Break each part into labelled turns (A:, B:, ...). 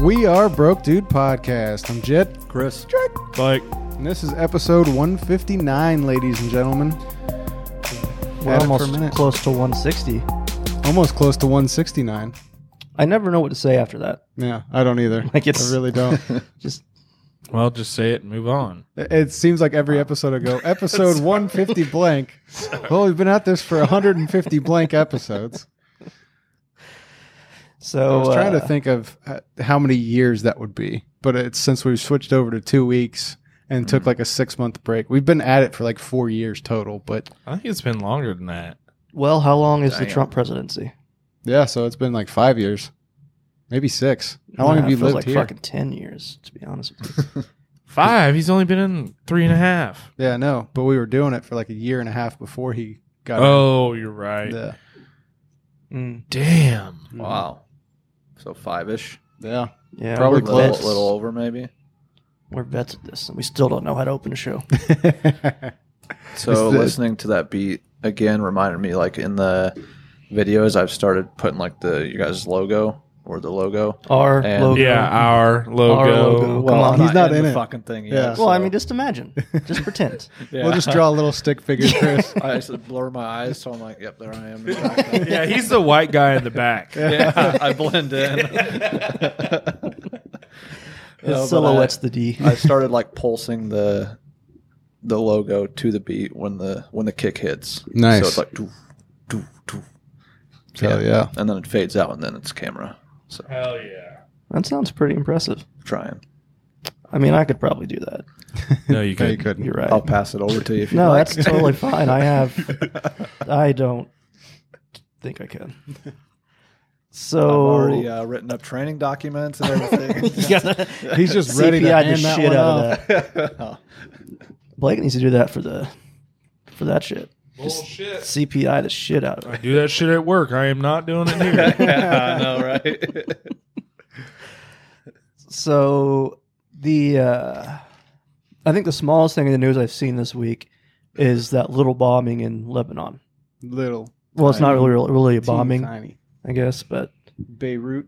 A: We are Broke Dude Podcast. I'm Jet,
B: Chris.
A: Jack,
B: Like,
A: and this is episode 159, ladies and gentlemen.
C: We're
A: At it for a
C: almost
A: minute.
C: close to 160.
A: Almost close to 169.
C: I never know what to say after that.
A: Yeah, I don't either.
C: Like it's-
A: I really don't.
C: Just
B: well, just say it and move on.
A: it it seems like every episode ago, episode 150 blank. Well, we've been at this for 150 blank episodes.
C: so.
A: I was trying
C: uh,
A: to think of uh, how many years that would be, but it's since we've switched over to two weeks and
C: Mm.
A: took like a six month break. We've been at it for like four years total, but
B: I think it's been longer than that.
C: Well, how long is the
B: Dang.
C: Trump presidency?
A: yeah, so it's been like five years, maybe six. How long
C: Nah,
A: have you
C: it feels
A: lived
C: like
A: here?
C: Fucking ten years, to be honest. with you.
B: Five. He's only been in three and a half.
A: Yeah, no, but we were doing it for like a year and a half before he got.
B: Oh, you're right.
A: Yeah, Hmm.
C: Mm,
B: Damn.
D: Wow. So five ish.
A: yeah.
C: yeah,
A: Probably
C: we're
D: Little,
A: close.
C: vets.
D: little over maybe.
C: We're vets at this, and we still don't know how to open a show.
D: So
A: Is the-
D: listening to that beat again reminded me like in the videos I've started putting like the you guys logo or the logo.
C: Our
D: And-
C: logo.
B: Yeah, our logo.
C: Our logo. Well,
D: I'm
C: he's
A: not in
D: the
A: it.
D: fucking thing.
A: Yeah.
D: Yeah.
A: Well,
C: Well, I mean, just imagine, just pretend.
A: We'll just draw a little stick figure, Chris.
D: I used to blur my eyes, so I'm like, yep, there I am. Exactly.
B: yeah, he's the white guy in the back.
D: yeah, I blend in.
C: His
D: but
C: silhouette's the D.
D: I started like pulsing the the logo to the beat when the when the kick hits.
A: Nice.
D: So it's like doo, doo, doo.
A: So yeah,
D: and then it fades out, and then it's camera. So
B: Hell yeah.
C: that sounds pretty impressive.
D: trying.
C: I mean, I could probably do that.
B: No, you
A: no, you
B: could.
A: couldn't.
C: You're right.
D: I'll pass it over to you if you
C: no,
D: like.
C: that's totally fine. I have. I don't think I can. So
D: I've already uh, written up training documents and everything.
A: He's just ready to
C: CPI the
A: hand that
C: shit
A: one
C: out
A: off.
C: of that. Blake needs to do that for the for that shit.
B: Bullshit.
C: CPI the shit out of
B: I
C: it.
B: do that shit at work. I am not doing it here.
D: yeah, I know, right?
C: So the uh, I think the smallest thing in the news I've seen this week is that little bombing in Lebanon.
A: Little
C: Well, it's not really really a
A: teeny
C: bombing,
A: tiny
C: I guess, but
A: Beirut.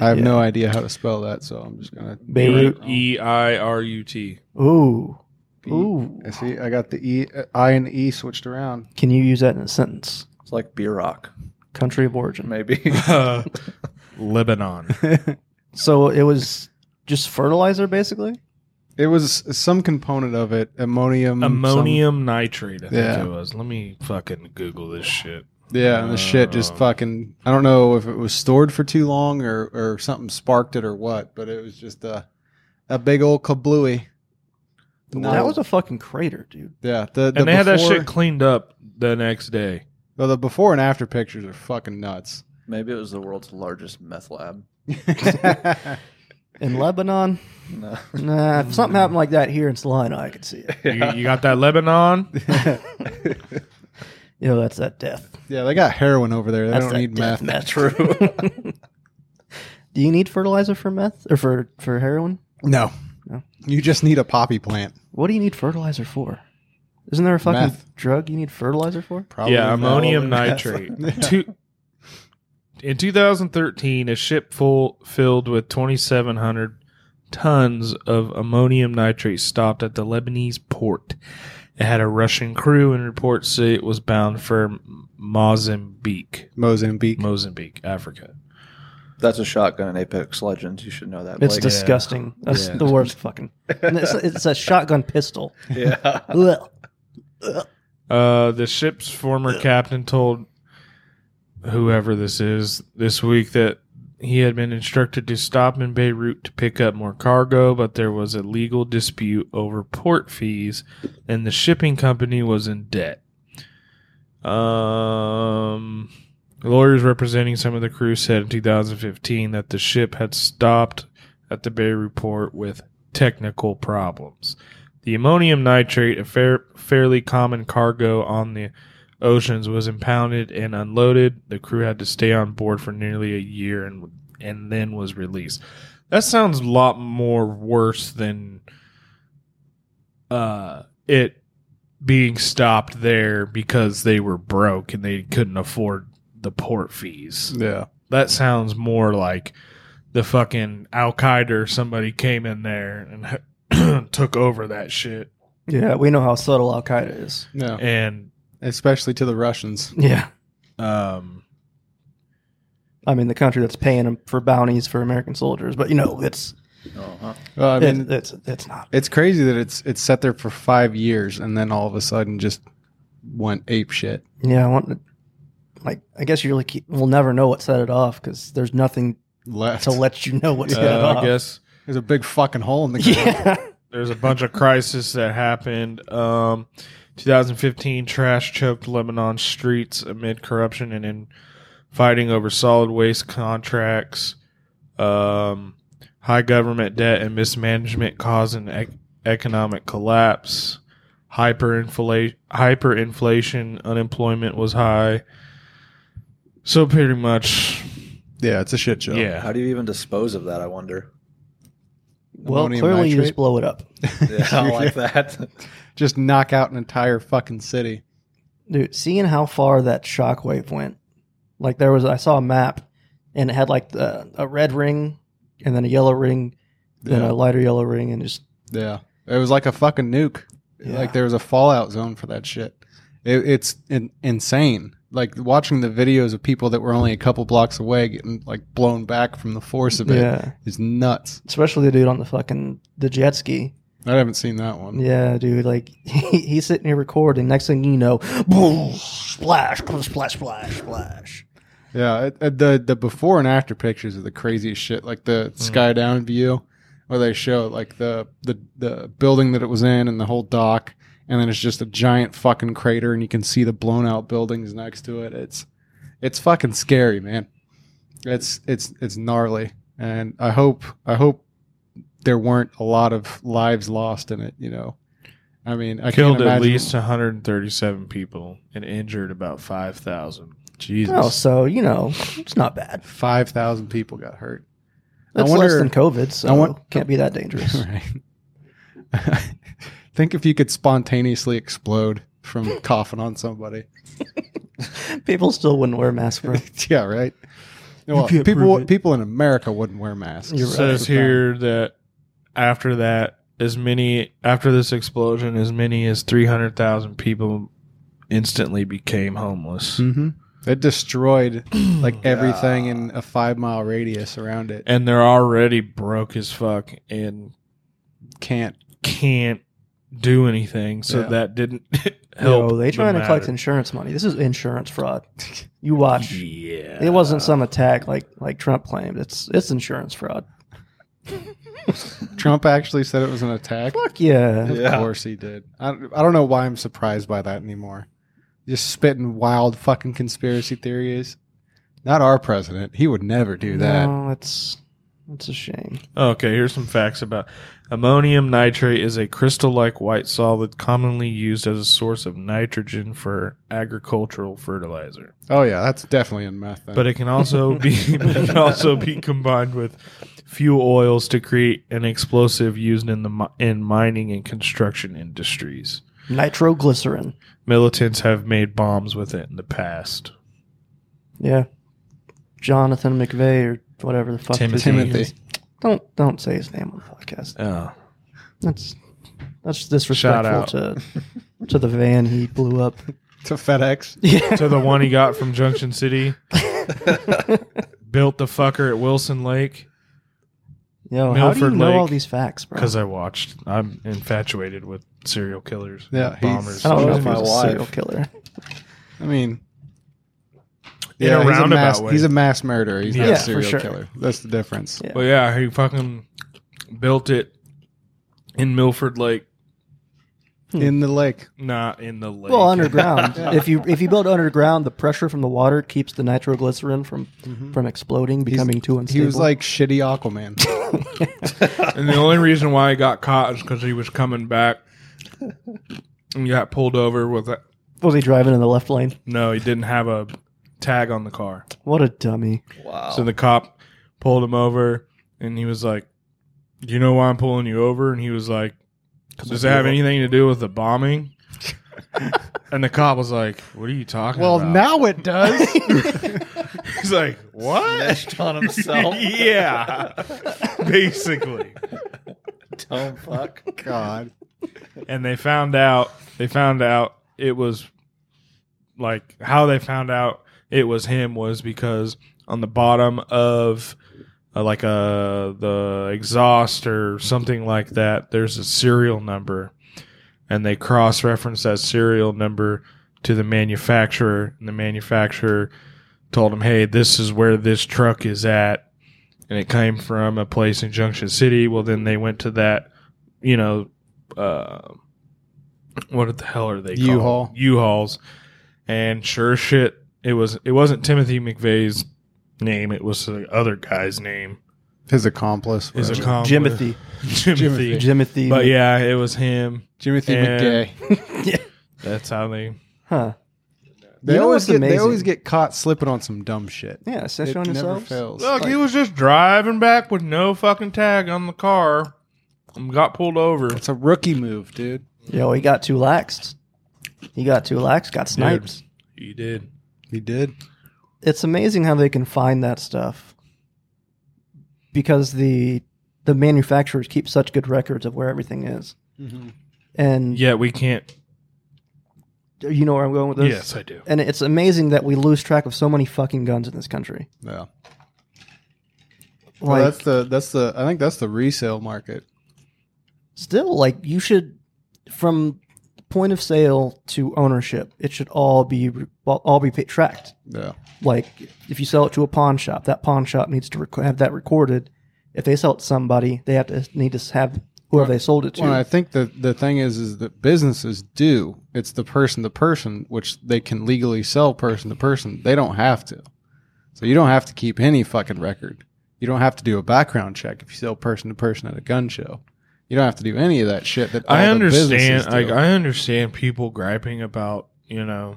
A: I have
C: yeah.
A: no idea how to spell that, so I'm just gonna.
C: Beirut.
B: E I R U T.
C: Ooh,
A: Be-
C: ooh.
A: I See, I got the e, I and E switched around.
C: Can you use that in a sentence?
D: It's like beer rock,
C: Country of origin.
D: maybe.
B: Uh, Lebanon.
C: So it was just fertilizer, basically.
A: It was some component of it, ammonium, some-
B: Ammonium nitrate, I think
A: Yeah.
B: it was. Let me fucking Google this shit.
A: yeah, and the shit just
B: Oh.
A: fucking. I don't know if it was stored for too long or or something sparked it or what, but it was just a a big old kablooey.
C: That was a fucking crater, dude.
A: yeah. The, the
B: and they had that
A: before-
B: shit cleaned up the next day.
A: well, the before and after pictures are fucking nuts.
D: maybe it was the world's largest meth lab.
C: In Lebanon,
D: No.
C: nah. If something happened like that here in Salina, I could see it.
B: You, you got that Lebanon?
C: You know, that's that death.
A: yeah, they got heroin over there. They
C: That's
A: don't
C: that
A: need
C: death
A: meth.
C: True. Do you need fertilizer for meth or for for heroin?
A: No.
C: No.
A: you just need a poppy plant.
C: What do you need fertilizer for? Isn't there a fucking
A: Meth.
C: drug you need fertilizer for?
A: Probably
B: yeah,
A: not.
B: ammonium nitrate. Two, in 2013, a ship full filled with 2,700 tons of ammonium nitrate stopped at the Lebanese port. It had a Russian crew, and reports say it was bound for Mozambique,
A: Mozambique.
B: Mozambique, Africa.
D: That's a shotgun in Apex Legends. You should know that.
C: It's
D: Blake.
C: disgusting. That's
B: Yeah.
C: the worst fucking. and It's, it's a shotgun pistol.
D: yeah.
C: Ugh.
B: Uh, the ship's former captain told whoever this is this week that he had been instructed to stop in Beirut to pick up more cargo, but there was a legal dispute over port fees, and the shipping company was in debt. Um, lawyers representing some of the crew said in 2015 that the ship had stopped at the Beirut port with technical problems. The ammonium nitrate, a fair, fairly common cargo on the oceans, was impounded and unloaded. The crew had to stay on board for nearly a year and and then was released. That sounds a lot more worse than uh, it being stopped there because they were broke and they couldn't afford the port fees.
A: Yeah.
B: That sounds more like the fucking Al Qaeda or somebody came in there and took over that shit.
C: Yeah, we know how subtle Al Qaeda is.
A: No,
B: And
A: especially to the Russians.
C: Yeah,
B: um,
C: I mean the country that's paying them for bounties for American soldiers, but you know it's
D: Uh-huh.
A: Well, I mean,
C: it- it's it's not.
A: it's crazy that it's it's sat there for five years and then all of a sudden just went ape shit.
C: Yeah, I want to, like I guess you really keep, we'll never know what set it off because there's nothing
A: Left.
C: to let you know what set it
B: uh,
C: off.
B: I guess
A: There's a big fucking hole in the ground.
C: Yeah,
B: there's a bunch of crises that happened. Um, 2015 trash choked Lebanon streets amid corruption and in fighting over solid waste contracts. Um, high government debt and mismanagement causing ec- economic collapse. Hyperinflation, hyperinflation, unemployment was high. So pretty much,
A: Yeah, it's a shit show.
B: yeah.
D: How do you even dispose of that? I wonder.
C: well
A: Ammonium
C: clearly you
A: nitrate.
C: just blow it up,
D: Yeah, I like that.
A: just knock out an entire fucking city.
C: dude. Seeing how far that shockwave went, like there was I saw a map and it had like the, a red ring and then a yellow ring, then
A: Yeah.
C: a lighter yellow ring, and just
A: Yeah. It was like a fucking nuke.
C: Yeah.
A: Like there was a fallout zone for that shit. It, it's in, insane. Like watching the videos of people that were only a couple blocks away getting like blown back from the force of it is
C: yeah,
A: nuts.
C: especially the dude on the fucking the jet ski.
A: I haven't seen that one.
C: Yeah, dude. Like he, he's sitting here recording. Next thing you know, boom, splash, splash, splash, splash.
A: Yeah, it, it- the the before and after pictures are the craziest shit. Like the
B: Mm.
A: sky down view, where they show like the the the building that it was in and the whole dock, and then it's just a giant fucking crater, and you can see the blown out buildings next to it. It's it's fucking scary, man. It's it's it's gnarly, and I hope I hope there weren't a lot of lives lost in it. You know, I mean, I
B: Killed
A: can't
B: at
A: imagine,
B: least 137 people and injured about 5,000. Jesus.
C: Oh, so you know it's not bad.
A: five thousand people got hurt. I
C: That's
A: wonder-
C: less than COVID, so
A: I want-
C: can't be that dangerous.
A: Right. Think if you could spontaneously explode from coughing on somebody.
C: People still wouldn't wear masks for.
A: Yeah, right. Well,
C: can't
A: people
C: prove it.
A: people in America wouldn't wear masks.
C: You're
B: It says here that after that, as many after this explosion, as many as 300,000 people instantly became homeless.
A: hmm It destroyed like everything in a five mile radius around it.
B: And they're already broke as fuck and
A: Can't.
B: can't do anything. So
A: Yeah.
B: that didn't help.
C: No, they
B: the
C: trying to collect
B: matter.
C: insurance money. This is insurance fraud. You watch.
B: Yeah.
C: It wasn't some attack like like Trump claimed. It's it's insurance fraud.
A: Trump actually said it was an attack.
C: Fuck yeah.
A: Of
D: Yeah.
A: course he did. I, I don't know why I'm surprised by that anymore. Just spitting wild fucking conspiracy theories. Not our president. He would never do that.
C: No, it's it's a shame.
B: Okay, here's some facts about ammonium nitrate is a crystal-like white solid commonly used as a source of nitrogen for agricultural fertilizer.
A: Oh yeah, that's definitely in meth. Then.
B: But it can also be but it can also be combined with fuel oils to create an explosive used in the mi- in mining and construction industries.
C: Nitroglycerin.
B: Militants have made bombs with it in the past.
C: Yeah. Jonathan McVeigh or whatever the fuck. his name
B: Timothy.
A: Timothy.
C: is. Don't don't say his name on the podcast.
B: Oh.
C: That's that's
B: Shout
C: disrespectful
B: out.
C: to to the van he blew up.
A: to FedEx.
C: Yeah.
B: So the one he got from Junction City built the fucker at Wilson Lake.
C: Yo, how do you
B: Milford
C: know all
B: Lake.
C: these facts, bro?
B: Because I watched. I'm infatuated with serial killers.
A: Yeah,
B: and
A: he's-
B: bombers.
C: I don't know
D: was
C: if
D: my
C: he's a
D: wife.
C: serial killer.
A: I mean,
B: In a
A: he's, a
B: roundabout
A: mass,
B: way.
A: he's a mass murderer. He's not
C: Yeah,
A: a
C: for
A: serial
C: sure.
A: killer. That's the difference.
C: Yeah.
B: But yeah, he fucking built it in Milford Lake,
A: In the lake.
B: not in the lake.
C: Well, underground. If you if you build underground, the pressure from the water keeps the nitroglycerin from from exploding, becoming too unstable.
A: He was like shitty Aquaman.
B: and the only reason why he got caught is because he was coming back and got pulled over with a.
C: was he driving in the left lane?
B: No, he didn't have a tag on the car.
C: What a dummy!
D: Wow.
B: So the cop pulled him over, and he was like, "Do you know why I'm pulling you over?" And he was like, "Does it have anything to do with the bombing?" And the cop was like, "What are you talking
A: Well,
B: about?"
A: now it does.
B: he's like, "What?"
D: Snitched on himself.
B: yeah, basically.
D: Dumb fuck.
A: God.
B: and they found out they found out it was like how they found out it was him was because on the bottom of uh, like uh the exhaust or something like that there's a serial number and they cross reference that serial number to the manufacturer and the manufacturer told him hey this is where this truck is at and it came from a place in Junction City well then they went to that you know uh, what the hell are they called?
A: U-Haul.
B: U-Hauls. And sure as shit, it was it wasn't Timothy McVeigh's name, it was the other guy's name.
A: His accomplice.
B: His
A: whatever.
B: accomplice.
C: Jimothy.
B: Jimothy.
C: Jimothy.
B: But yeah, it was him.
A: Jimothy
B: And-
A: McGay.
B: That's how they
C: Huh.
A: They
C: You know
A: always get
C: what's
A: they
C: amazing?
A: always get caught slipping on some dumb shit.
C: Yeah, snitch
A: It
C: on
A: never
C: yourselves.
A: fails.
B: Look, he was just driving back with no fucking tag on the car and got pulled over.
A: It's a rookie move, dude.
C: Yo, he got too laxed. He got too laxed, got sniped.
B: He did.
A: He did.
C: It's amazing how they can find that stuff. Because the the manufacturers keep such good records of where everything is.
A: Mm-hmm.
C: And
B: Yeah, we can't
C: you know where I'm going with this?
B: Yes, I do.
C: And it's amazing that we lose track of so many fucking guns in this country.
A: Yeah.
C: Like
A: well, that's the that's the I think that's the resale market.
C: still like you should from point of sale to ownership, it should all be all be tracked.
A: Yeah.
C: like if you sell it to a pawn shop, that pawn shop needs to rec- have that recorded. If they sell it to somebody, they have to need to have whoever they sold it to.
A: Well, I think the the thing is is that businesses do. It's the person to person, which they can legally sell person to person. They don't have to. So you don't have to keep any fucking record. You don't have to do a background check if you sell person to person at a gun show. You don't have to do any of that shit that all
B: I
A: the
B: understand.
A: businesses do.
B: Like I understand people griping about you know,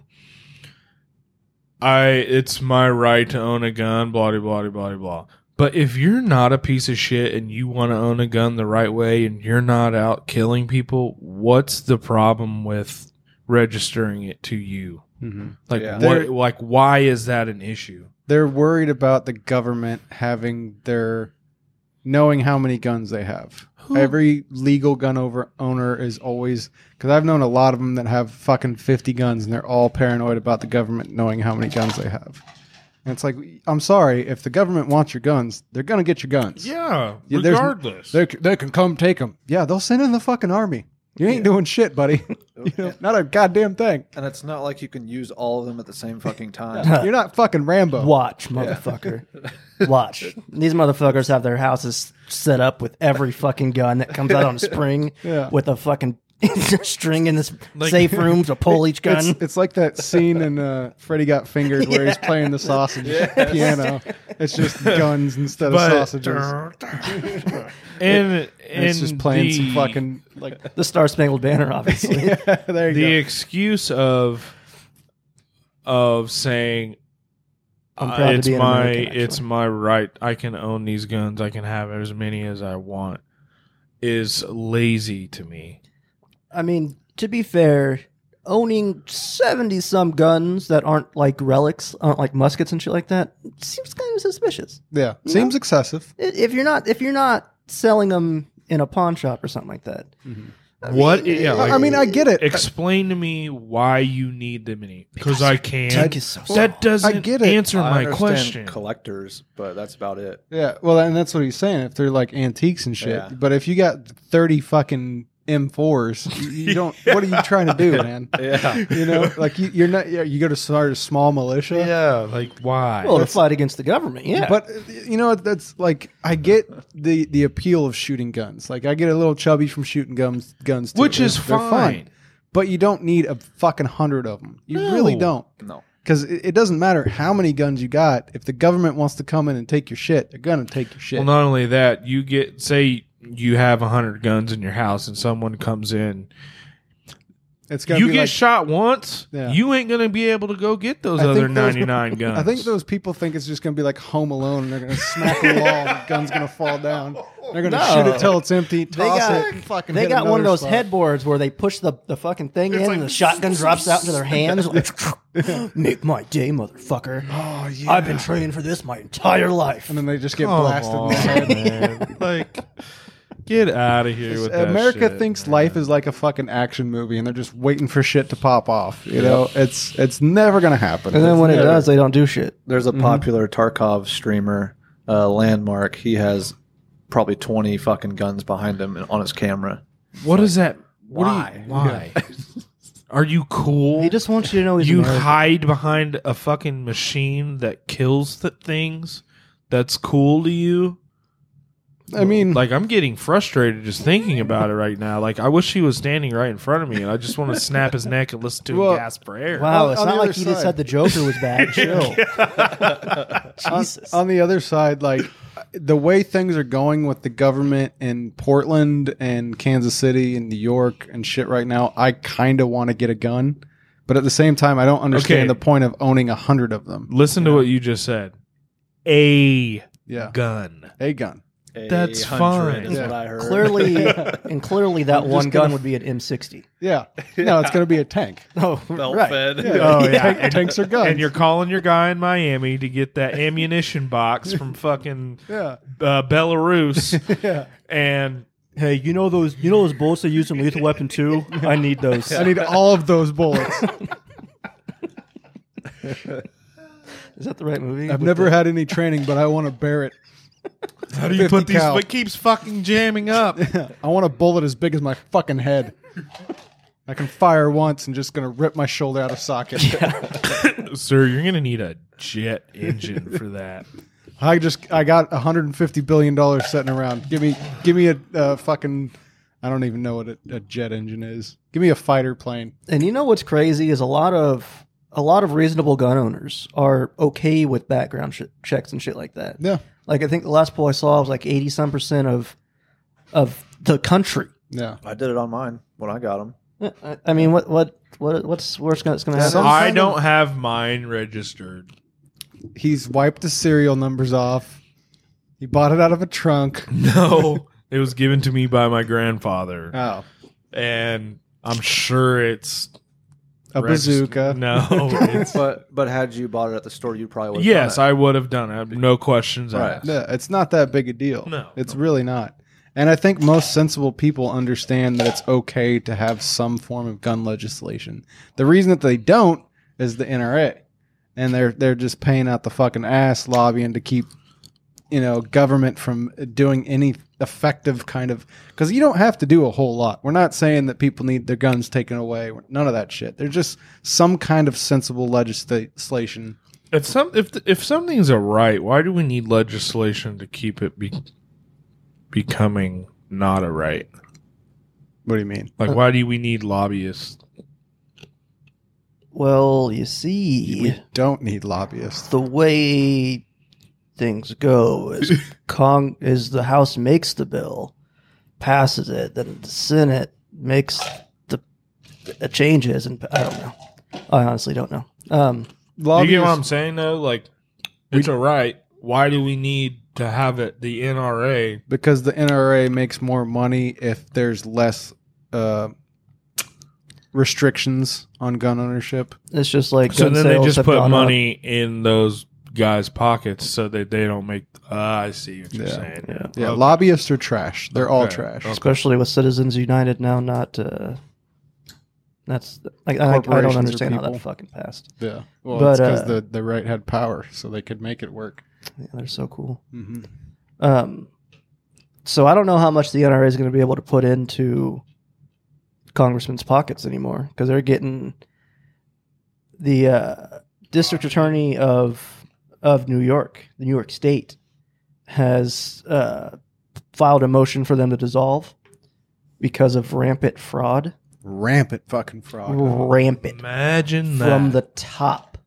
B: I it's my right to own a gun. Blah blah blah blah blah. But if you're not a piece of shit and you want to own a gun the right way and you're not out killing people, what's the problem with registering it to you?
A: Mhm.
B: Like
D: Yeah.
B: what?
A: There-
B: Like why is that an issue?
A: They're worried about the government having their knowing how many guns they have.
B: Who-
A: Every legal gun over owner is always because I've known a lot of them that have fucking fifty guns and they're all paranoid about the government knowing how many guns they have. And it's like, I'm sorry, if the government wants your guns, they're gonna get your guns.
B: Yeah,
A: Yeah, there's-
B: regardless.
A: they c- they can come take them. Yeah, they'll send in the fucking army. You ain't doing shit, buddy. you know, not a goddamn thing.
D: And it's not like you can use all of them at the same fucking time.
A: You're not fucking Rambo.
C: Watch, motherfucker. Watch. These motherfuckers have their houses set up with every fucking gun that comes out on a spring
A: Yeah.
C: with a fucking string in this
B: Like-
C: safe room to pull each gun.
A: It's, it's like that scene in uh, Freddy Got Fingered where he's playing the sausage piano. It's just guns instead
B: But-
A: of sausages.
B: and and
A: It's just playing some
B: the-
A: fucking like.
C: the Star Spangled Banner, obviously.
A: there you
B: the
A: go.
B: excuse of of saying
C: I'm
B: uh,
C: proud to
B: it's
C: be an
B: my
C: American, actually.
B: it's my right i can own these guns i can have as many as i want is lazy to me
C: I mean, to be fair, owning 70 some guns that aren't like relics, aren't like muskets and shit like that, seems kind of suspicious.
A: Yeah, seems excessive.
C: I- If you're not if you're not selling them in a pawn shop or something like that.
B: what yeah
A: I- I mean, I get it.
B: explain to me why you need them any because i can
C: dick is so small.
B: that doesn't
A: I get it.
B: answer
D: I
B: my
D: understand
B: question
D: Collectors, but that's about it.
A: Yeah, well, and that's what he's saying. If they're like antiques and shit,
D: Yeah.
A: but if you got thirty fucking M4s, you, you don't. What are you trying to do, man?
D: Yeah.
A: You know, like you, you're not. You go to start a small militia.
B: yeah like why
C: Well, to fight against the government, yeah.
A: But uh, you know what? That's like I get the the appeal of shooting guns. Like I get a little chubby from shooting guns. Guns, too.
B: which is
A: They're
B: fine.
A: But you don't need a fucking hundred of them. You really
B: No.
A: don't,
D: No.
A: because it, it doesn't matter how many guns you got. If the government wants to come in and take your shit, they're gonna take your shit.
B: Well, not only that, you get say you have hundred guns in your house, and someone comes in
A: It's got to
B: You
A: be
B: get
A: like,
B: shot once,
A: Yeah.
B: you ain't gonna be able to go get those
A: I think
B: other
A: those-
B: ninety nine guns.
A: I think those people think it's just going to be like Home Alone. and They're going to smack a wall, and the gun's going to fall down. They're going to
C: No.
A: shoot it till it's empty, toss
C: got-
A: it, and fucking
C: They
A: hit
C: got one of
A: another
C: those
A: spot.
C: headboards where they push the, the fucking thing in and the shotgun drops out into their hands. Like, Make my day, motherfucker.
A: Oh, yeah.
C: I've been training for this my entire life.
A: and then they just get
B: Come
A: blasted in the
B: on,
A: head.
B: man. like, get out of here with that.
A: America
B: shit,
A: thinks
B: man.
A: life is like a fucking action movie, and they're just waiting for shit to pop off. You know, it's it's never gonna happen.
C: And then when it
A: Never.
C: does, they don't do shit.
D: There's
B: Mhm.
D: a popular Tarkov streamer, uh, Landmark. He has probably 20 fucking guns behind him and- on his camera.
B: What is that? What Are
D: Why?
B: you, why? Are you cool?
C: He just wants you to know he's
B: you
C: American.
B: hide behind a fucking machine that kills th- things. That's cool to you.
A: I mean,
B: Like I'm getting frustrated just thinking about it right now. Like I wish he was standing right in front of me, and I just want to snap his neck and listen to
A: Well-
B: him gasp for air.
C: Wow,
A: On-
C: it's
A: on
C: not
A: the
C: like
A: other
C: he just
A: side.
C: said the Joker was bad. Chill.
A: on,
C: Jesus.
A: on the other side, like the way things are going with the government in Portland and Kansas City and New York and shit right now, I kind of want to get a gun, but at the same time, I don't understand
B: Okay.
A: the point of owning a hundred of them.
B: Listen to what you just said. A
A: Yeah,
B: gun.
A: a gun.
B: That's
D: 800
B: fine.
D: Is
A: Yeah.
D: what I heard.
C: clearly, and clearly, that one
A: gonna-
C: gun would be an M60.
A: Yeah, no, it's gonna be a tank.
C: Oh,
D: Belt
C: right.
D: fed.
A: Oh, yeah.
B: Tank-
A: And- tanks are guns.
B: And you're calling your guy in Miami to get that ammunition box from fucking
A: Yeah,
B: uh, Belarus,
A: yeah.
B: and
E: Hey, you know those you know those bullets they use in Lethal Weapon 2? I need those.
A: I need all of those bullets.
C: Is that the right movie?
A: I've
C: With
A: never
C: the-
A: had any training, but I want to bear it.
B: how do you
A: 50
B: put these?
A: cal.
B: It keeps fucking jamming up.
A: I want a bullet as big as my fucking head. I can fire once and just gonna rip my shoulder out of socket.
B: Sir, you're gonna need a jet engine for that.
A: I just I got 150 billion dollars sitting around. Give me give me a uh, fucking I don't even know what a, a jet engine is. Give me a fighter plane.
C: And you know what's crazy is a lot of a lot of reasonable gun owners are okay with background sh- checks and shit like that.
A: Yeah,
C: Like I think the last poll I saw was like eighty some percent of of the country.
A: yeah.
D: I did it on mine when I got them.
C: I, I mean, what what what what's worse that's going to happen?
A: Some-
B: I
A: kind
B: don't have mine registered.
A: He's wiped the serial numbers off. He bought it out of a trunk.
B: No, it was given to me by my grandfather,
A: Oh,
B: and I'm sure it's
A: a
B: registered.
A: bazooka.
B: No, it's
D: But but had you bought it at the store, you probably would.
B: yes, I would have done it. No questions
D: Right.
B: asked.
A: No, it's not that big a deal.
B: No.
A: it's really not. And I think most sensible people understand that it's okay to have some form of gun legislation. The reason that they don't is the NRA, and they're they're just paying out the fucking ass lobbying to keep you know government from doing any effective kind of because you don't have to do a whole lot. We're not saying that people need their guns taken away. None of that shit. They're just some kind of sensible legislation.
B: If some if if something's a right, why do we need legislation to keep it be, becoming not a right?
A: What do you mean?
B: Like, why do we need lobbyists?
C: well, you see,
A: We don't need lobbyists.
C: the way things go is Kong is the House makes the bill, passes it, then the Senate makes the, the changes, and I don't know. I honestly don't know. Um,
B: Do you get what
A: Lobbyists-
B: I'm saying though? Like, it's a right. Why do we need to have it? The NRA.
A: because the NRA makes more money if there's less uh, restrictions on gun ownership.
C: it's just like
B: So
C: gun
B: then they
C: sales
B: just
C: have gone
B: put
C: up.
B: money in those guys' pockets so that they don't make. Ah, I see what you're
A: Yeah.
B: saying.
C: Yeah.
A: Yeah,
B: Okay.
A: lobbyists are trash. They're all
B: Okay.
A: trash.
B: Okay.
C: especially with Citizens United now not. Uh, that's like I, I
A: Corporations
C: don't
A: are
C: understand how
A: people.
C: that fucking passed.
A: Yeah, well,
C: But,
A: it's because
C: uh,
A: the the right had power, so they could make it work.
C: Yeah, they're so cool.
A: Mm-hmm.
C: Um, so I don't know how much the NRA is going to be able to put into congressmen's pockets anymore because they're getting the uh, district attorney of of New York, the New York State, has uh, filed a motion for them to dissolve because of rampant fraud.
A: Rampant fucking fraud.
C: Rampant
B: Imagine that.
C: from the top.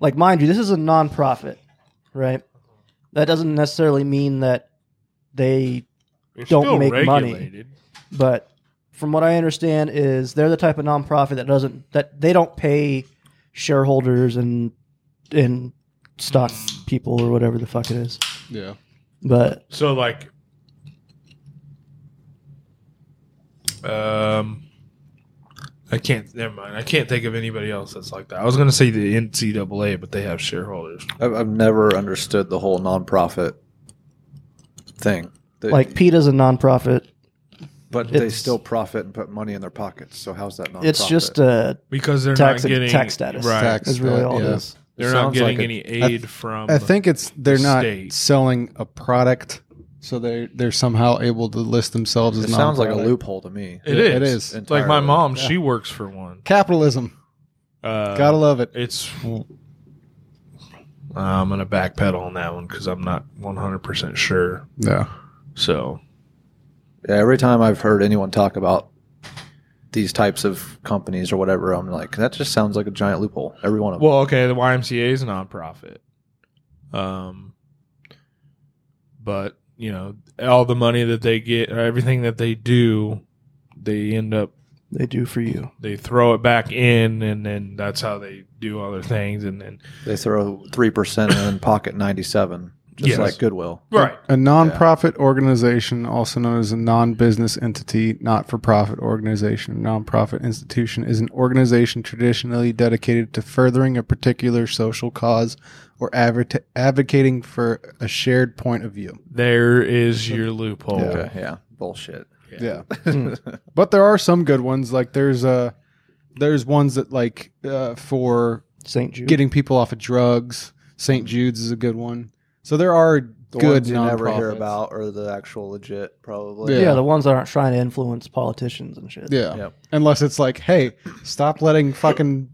C: Like, mind you, this is a nonprofit, right? That doesn't necessarily mean that they
B: They're
C: don't
B: still
C: make money.
B: regulated.
C: but from what I understand, is they're the type of nonprofit that doesn't that they don't pay shareholders and and stock people or whatever the fuck it is.
A: Yeah.
C: But
B: So like, um, I can't. Never mind. I can't think of anybody else that's like that. I was gonna say the NCAA, but they have shareholders.
D: I've, I've never understood the whole nonprofit thing. They-
C: like PETA's a nonprofit.
D: but they
C: it's-
D: still profit and put money in their pockets. So how's that nonprofit?
C: It's just a
B: Because they're
C: Tax-
B: not getting
C: tax status.
B: Right.
A: Tax.
C: is really
A: Uh,
C: all it
A: yeah.
C: is.
B: They're not
D: Sounds
B: getting
D: like a-
B: any aid
A: I th-
B: from.
A: I think it's they're
B: the
A: not
B: state.
A: selling a product, so they they're somehow able to list themselves as.
D: It sounds like a
A: non-product.
D: loophole to me.
B: it is.
A: it
B: It
A: is
B: is. It's like my
D: entirely.
B: mom. She works for one.
A: Capitalism,
B: Uh,
A: gotta love it.
B: It's. uh, I'm gonna backpedal on that one because I'm not 100 percent sure.
A: Yeah.
B: So
D: Yeah, every time I've heard anyone talk about these types of companies or whatever, I'm like, that just sounds like a giant loophole. Every one of them.
B: Well, okay, the YMCA is a nonprofit. Um, but you know, all the money that they get, or everything that they do, they end up
C: They do for you.
B: they throw it back in, and then that's how they do other things, and then
D: They throw 3% and then pocket 97, just
B: Yes.
D: like Goodwill.
B: right,
A: A nonprofit organization, also known as a non business entity, not for profit organization, or nonprofit institution, is an organization traditionally dedicated to furthering a particular social cause or advert- advocating for a shared point of view.
B: there is your loophole.
D: Okay, yeah. Bullshit.
A: Yeah. but there are some good ones. Like there's uh, there's ones that like uh, for
C: St. Jude.
A: getting people off of drugs. St. Jude's is a good one. So there are
D: The
A: good
D: ones you never hear
A: nonprofits.
D: about are the actual legit, probably.
A: Yeah.
C: yeah. the ones that aren't trying to influence politicians and shit.
A: Yeah.
D: Yep.
A: Unless it's like, hey, stop letting fucking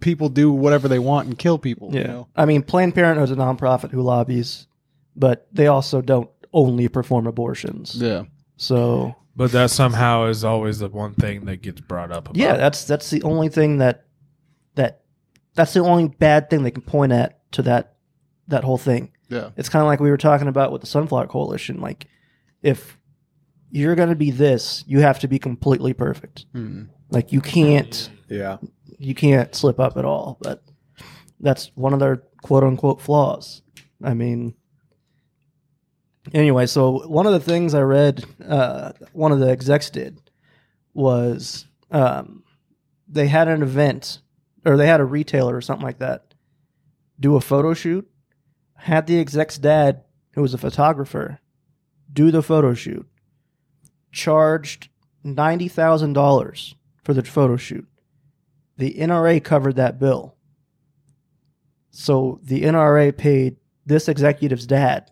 A: people do whatever they want and kill people. You know?
C: I mean, Planned Parenthood's a nonprofit who lobbies, but they also don't only perform abortions.
A: Yeah.
C: So
B: But that somehow is always the one thing that gets brought up. About.
C: yeah, that's that's the only thing that that that's the only bad thing they can point at to that that whole thing.
A: Yeah.
C: It's kind of like we were talking about with the Sunflower Coalition. Like, if you're going to be this, you have to be completely perfect.
A: Mm.
C: Like, you can't
D: Yeah.
C: you can't slip up at all. But that's one of their quote unquote flaws. I mean, anyway, so one of the things I read, uh, one of the execs did was um, they had an event or they had a retailer or something like that do a photo shoot, had the exec's dad, who was a photographer, do the photo shoot, charged $90,000 for the photo shoot the NRA covered that bill. So the NRA paid this executive's dad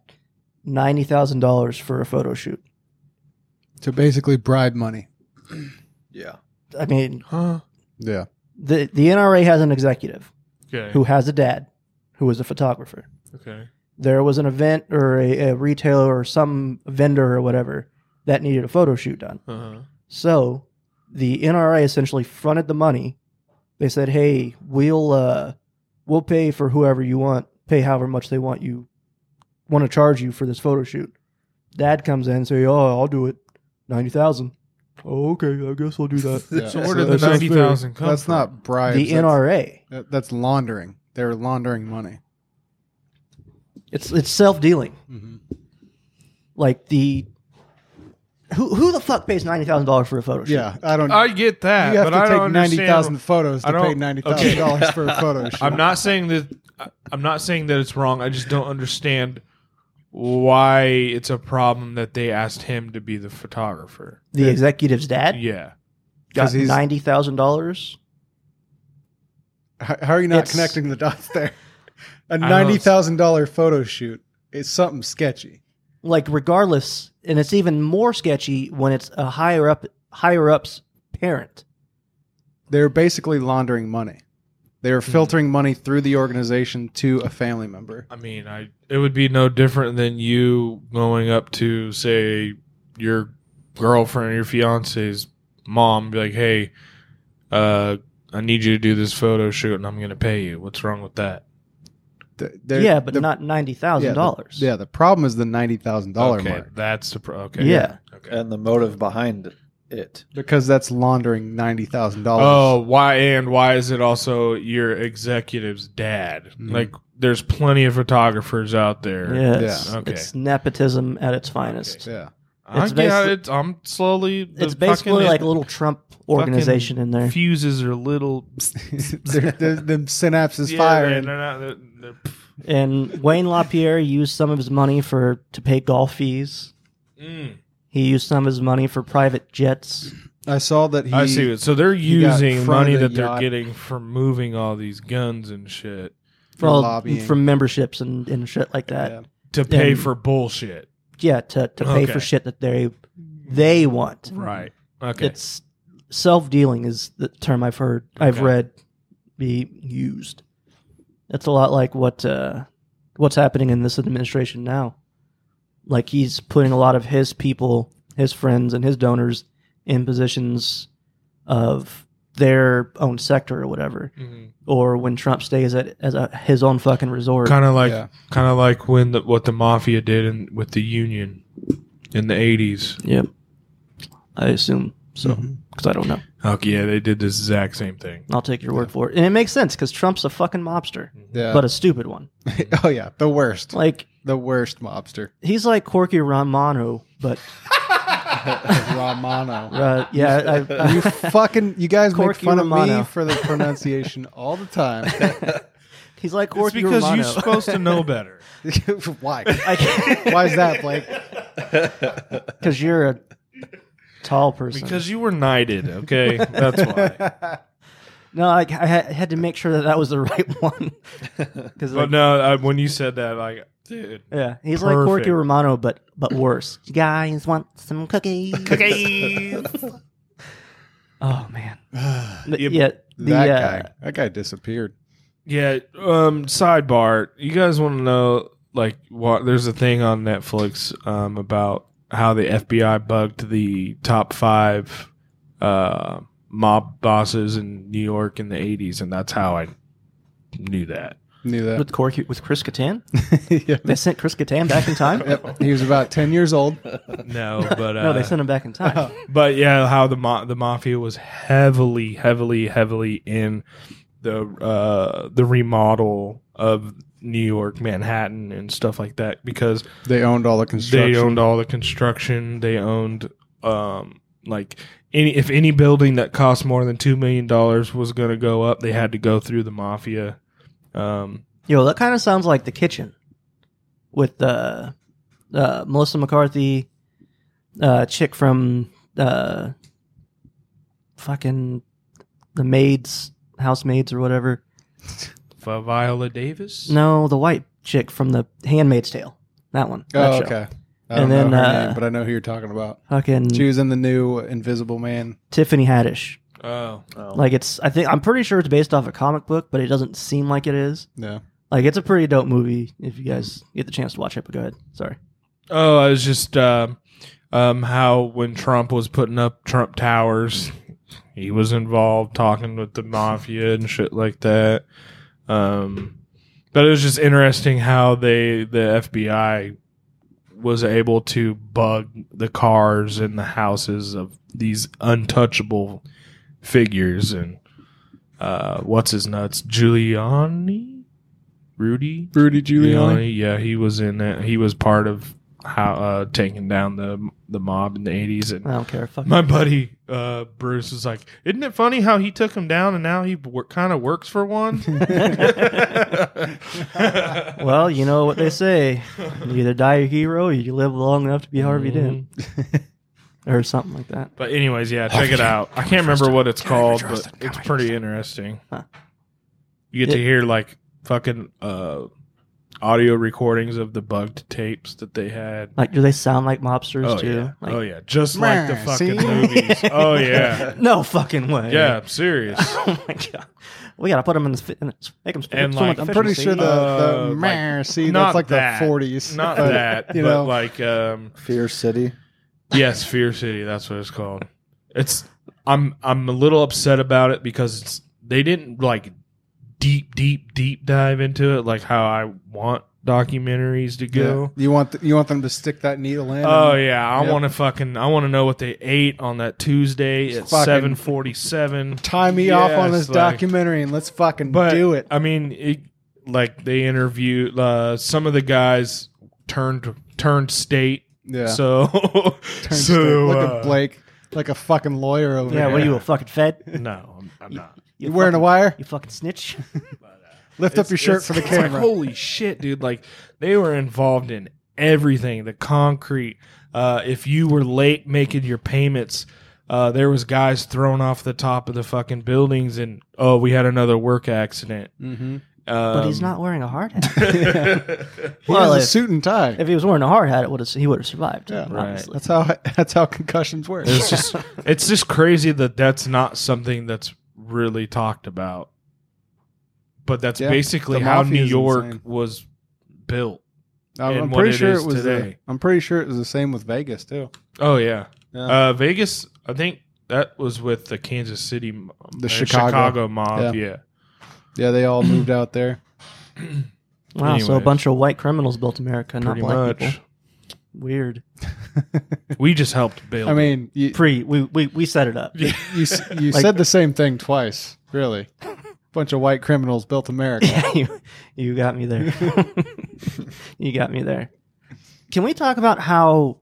C: ninety thousand dollars for a photo shoot.
A: To basically bribe money.
D: Yeah.
C: I mean,
B: Huh?
A: Yeah.
C: the the NRA has an executive
B: Okay.
C: who has a dad who is a photographer.
B: Okay.
C: There was an event or a, a retailer or some vendor or whatever that needed a photo shoot done.
B: Uh-huh.
C: So the NRA essentially fronted the money. They said, "Hey, we'll uh, we'll pay for whoever you want. Pay however much they want you want to charge you for this photo shoot." Dad comes in, and say, "Oh, I'll do it. Ninety thousand. Oh, okay, I guess I'll do that."
A: Yeah.
B: So
A: So
B: where did
A: that's
B: the
A: not-
B: ninety thousand come?
A: That's
B: from?
A: not bribes.
C: the
A: that's-
C: NRA.
A: that- That's laundering. They're laundering money.
C: It's it's self dealing.
A: Mhm.
C: Like the who who the fuck pays ninety thousand dollars for a photo shoot?
A: Yeah. I don't.
B: I get that,
A: you have
B: but
A: to
B: I
A: take
B: don't
A: ninety
B: understand-
A: thousand photos
B: I
A: to
B: don't-
A: pay ninety thousand dollars for a photo shoot.
B: I'm not saying that I- I'm not saying that it's wrong. I just don't understand why it's a problem that they asked him to be the photographer.
C: The executive's dad
B: Yeah.
C: got
A: 'Cause he's-
C: ninety thousand dollars.
A: How how are you not
C: It's-
A: connecting the dots there? A
B: know,
A: ninety
B: it's-
A: thousand dollar photo shoot is something sketchy.
C: like regardless and it's even more sketchy when it's a higher up higher up's parent
A: they're basically laundering money. They're
C: Mm-hmm.
A: filtering money through the organization to a family member.
B: I mean, I it would be no different than you going up to say your girlfriend or your fiance's mom and be like, "Hey, uh I need you to do this photo shoot and I'm going to pay you." What's wrong with that?
A: Th- they're-
C: yeah but
A: the-
C: not $90000
A: yeah, the- Yeah, the problem is the ninety thousand thousand dollar
B: okay,
A: mark.
B: that's the pro- okay.
C: Yeah.
B: Okay.
D: And the motive behind it.
A: because that's laundering ninety thousand
B: Oh,
A: dollars.
B: why and why is it also your executive's dad?
A: Mhm.
B: Like, there's plenty of photographers out there.
C: Yes.
B: Yeah. Okay.
C: It's nepotism at its finest.
B: Okay.
A: yeah,
B: I,
C: It's
B: yeah,
C: basi-
B: it's, I'm slowly. the
C: It's basically
B: fucking-
C: like a little Trump organization in there.
B: Fuses are little.
A: They're- they're- them synapses
B: Yeah,
A: firing.
B: They're not, they're, they're,
C: And Wayne LaPierre used some of his money for to pay golf fees.
B: Mm.
C: He used some of his money for private jets.
A: I saw that he.
B: I see. It. So they're
A: he got
B: using
A: front
B: money
A: of the
B: that they're
A: yacht.
B: getting from moving all these guns and shit
A: For
C: Well,
A: lobbying.
C: from memberships and, and shit like that.
A: Yeah.
B: to pay
C: And-
B: for bullshit.
C: yeah to, to pay
B: Okay.
C: for shit that they they want
B: Right. Okay.
C: it's self-dealing is the term i've heard i've
B: Okay.
C: read be used it's a lot like what uh what's happening in this administration now like he's putting a lot of his people his friends and his donors in positions of their own sector or whatever
B: Mm-hmm.
C: or when trump stays at as a, his own fucking resort
B: Kind of like,
A: Yeah.
B: kind of like when the, what the mafia did in, with the union in the eighties.
C: yep i assume so
B: Mm-hmm.
C: because i don't know
B: Okay, yeah, they did the exact same thing.
C: I'll take your word for it. And it makes sense because Trump's a fucking mobster,
A: Yeah.
C: but a stupid one.
A: oh yeah, the worst,
C: Like
A: the worst mobster,
C: he's like Corky Romano, but
A: Romano.
C: uh, yeah, I,
A: You
C: I,
A: fucking, you guys make
C: Corky
A: fun of
C: Romano.
A: me for the pronunciation all the time.
C: he's like
B: It's
C: Corky
B: because
C: Romano.
B: you're supposed to know better.
A: Why?
C: to,
A: Why is that, Blake?
C: because you're a tall person.
B: because you were knighted. Okay, that's why.
C: no, I, I had had to make sure that that was the right one. Because
B: But no, I, when you said that, like, dude,
C: yeah, he's like Corky
B: Perfect.
C: Romano, but but worse. You guys want some cookies?
B: okay.
C: Oh man. But
B: You-
C: yeah, the
A: that
C: uh,
A: guy, that guy disappeared.
B: Yeah. Um. Sidebar. You guys want to know like what? There's a thing on Netflix um about how the FBI bugged the top five uh mob bosses in New York in the 80s, and that's how I knew that.
A: Knew that.
C: with Corky with Chris Kattan,
A: yeah.
C: they sent Chris Kattan back in time.
A: Yep. He was about ten years old.
B: No, but uh,
C: No, they sent him back in time.
B: But yeah, how the ma- the mafia was heavily, heavily, heavily in the uh the remodel of New York, Manhattan, and stuff like that because
A: They owned all the construction.
B: They owned all the construction. They owned um like any if any building that cost more than two million dollars was going to go up, they had to go through the mafia. Um,
C: Yo, that kind of sounds like the kitchen with uh, uh, Melissa McCarthy, uh, chick from uh, fucking the maids, housemaids or whatever.
B: Vi- Viola Davis.
C: No, the white chick from the Handmaid's Tale. That one. That
A: Oh,
C: show.
A: okay. I
C: And
A: don't know
C: then,
A: her
C: uh,
A: name, but I know who you're talking about.
C: Fucking
A: She was in the new Invisible Man.
C: Tiffany Haddish.
B: Oh,
D: Oh.
C: Like it's, I think I'm pretty sure it's based off a comic book, but it doesn't seem like it is.
A: Yeah.
C: Like it's a pretty dope movie. If you guys get the chance to watch it, but go ahead. Sorry.
B: oh, I was just um um, how when Trump was putting up Trump Towers, he was involved talking with the mafia and shit like that. Um, but it was just interesting how they the FBI was able to bug the cars and the houses of these untouchable figures and uh, what's his nuts Giuliani, Rudy,
A: Rudy
B: Giuliani. Yeah, he was in that. He was part of how uh, taking down the the mob in the eighties. And
C: I don't care. Fuck.
B: my buddy uh, Bruce is like, isn't it funny how he took him down and now he work, kind of works for one?
C: Well, you know what they say. You either die a hero or you live long enough to be Harvey Dent. or something like that.
B: But anyways, yeah, check it out. I can't remember what it's called, but it's pretty interesting.
C: Huh.
B: You get to
C: It-
B: hear like fucking uh, audio recordings of the bugged tapes that they had.
C: Like, do they sound like mobsters
B: Oh
C: too?
B: yeah.
C: Like,
B: oh yeah, just like the
A: Meh,
B: fucking
A: see?
B: movies. Oh yeah,
C: No fucking way.
B: yeah, I'm serious.
C: oh my god. We gotta put them in the. Fi- in the make them.
B: And, like,
A: I'm pretty sure the,
B: Uh,
A: the
B: like,
A: meh, see,
B: not
A: that's like
B: that.
A: the 40s.
B: Not
A: But,
B: that,
A: you
B: but
A: know.
B: like um,
D: Fear City.
B: yes, Fear City. That's what it's called. It's I'm I'm a little upset about it because it's, they didn't like deep deep deep dive into it like how I want documentaries to go.
A: You want th- you want them to stick that needle in? and-
B: Oh
A: um,
B: yeah, I
A: Yep.
B: want to fucking I want to know what they ate on that Tuesday at
A: Fucking-
B: seven forty seven.
A: Tie me off on
B: Yes,
A: this
B: like-
A: documentary and let's fucking
B: But
A: do it.
B: I mean, it, like they interviewed uh, some of the guys turned turned state.
A: Yeah.
B: So
A: Turns
B: so
A: straight. Look at
B: uh,
A: Blake like a fucking lawyer over
C: Yeah,
A: there.
C: what are you, a fucking fed?
B: No, I'm, I'm not.
A: You wearing a wire?
C: You fucking snitch.
A: Lift up your shirt for the
B: it's like, oh,
A: camera.
B: holy shit, dude! Like they were involved in everything. The concrete. Uh, if you were late making your payments, uh, there was guys thrown off the top of the fucking buildings, and oh, we had another work accident.
A: mm-hmm.
C: But
B: Um,
C: he's not wearing a hard hat.
A: He
C: Well,
A: has a
C: if-
A: suit and tie.
C: if he was wearing a hard hat, it would have he would have survived.
A: Yeah. Right.
C: obviously.
A: that's how that's how concussions work.
B: It's just it's just crazy that that's not something that's really talked about. But that's
A: Yeah,
B: basically
A: the
B: how
A: mafia
B: New
A: is
B: York
A: insane.
B: was built.
A: I'm,
B: and
A: I'm
B: what
A: pretty
B: it
A: sure
B: is
A: it was. The,
B: today.
A: I'm pretty sure it was the same with Vegas too.
B: Oh yeah.
A: Yeah.
B: Uh, Vegas, I think that was with the Kansas City, m-
A: The
B: uh,
A: Chicago.
B: mob. Yeah.
A: yeah, they all moved out there.
C: Wow, so a
B: Anyways.
C: bunch of white criminals built America,
B: pretty
C: not black
B: much.
C: people. Weird.
B: We just helped build.
A: I mean, you
C: Pre, we, we we set it up.
B: it.
A: you, s- you
C: Like-
A: said the same thing twice. Really, bunch of white criminals built America.
C: you, you got me there. you got me there. Can we talk about how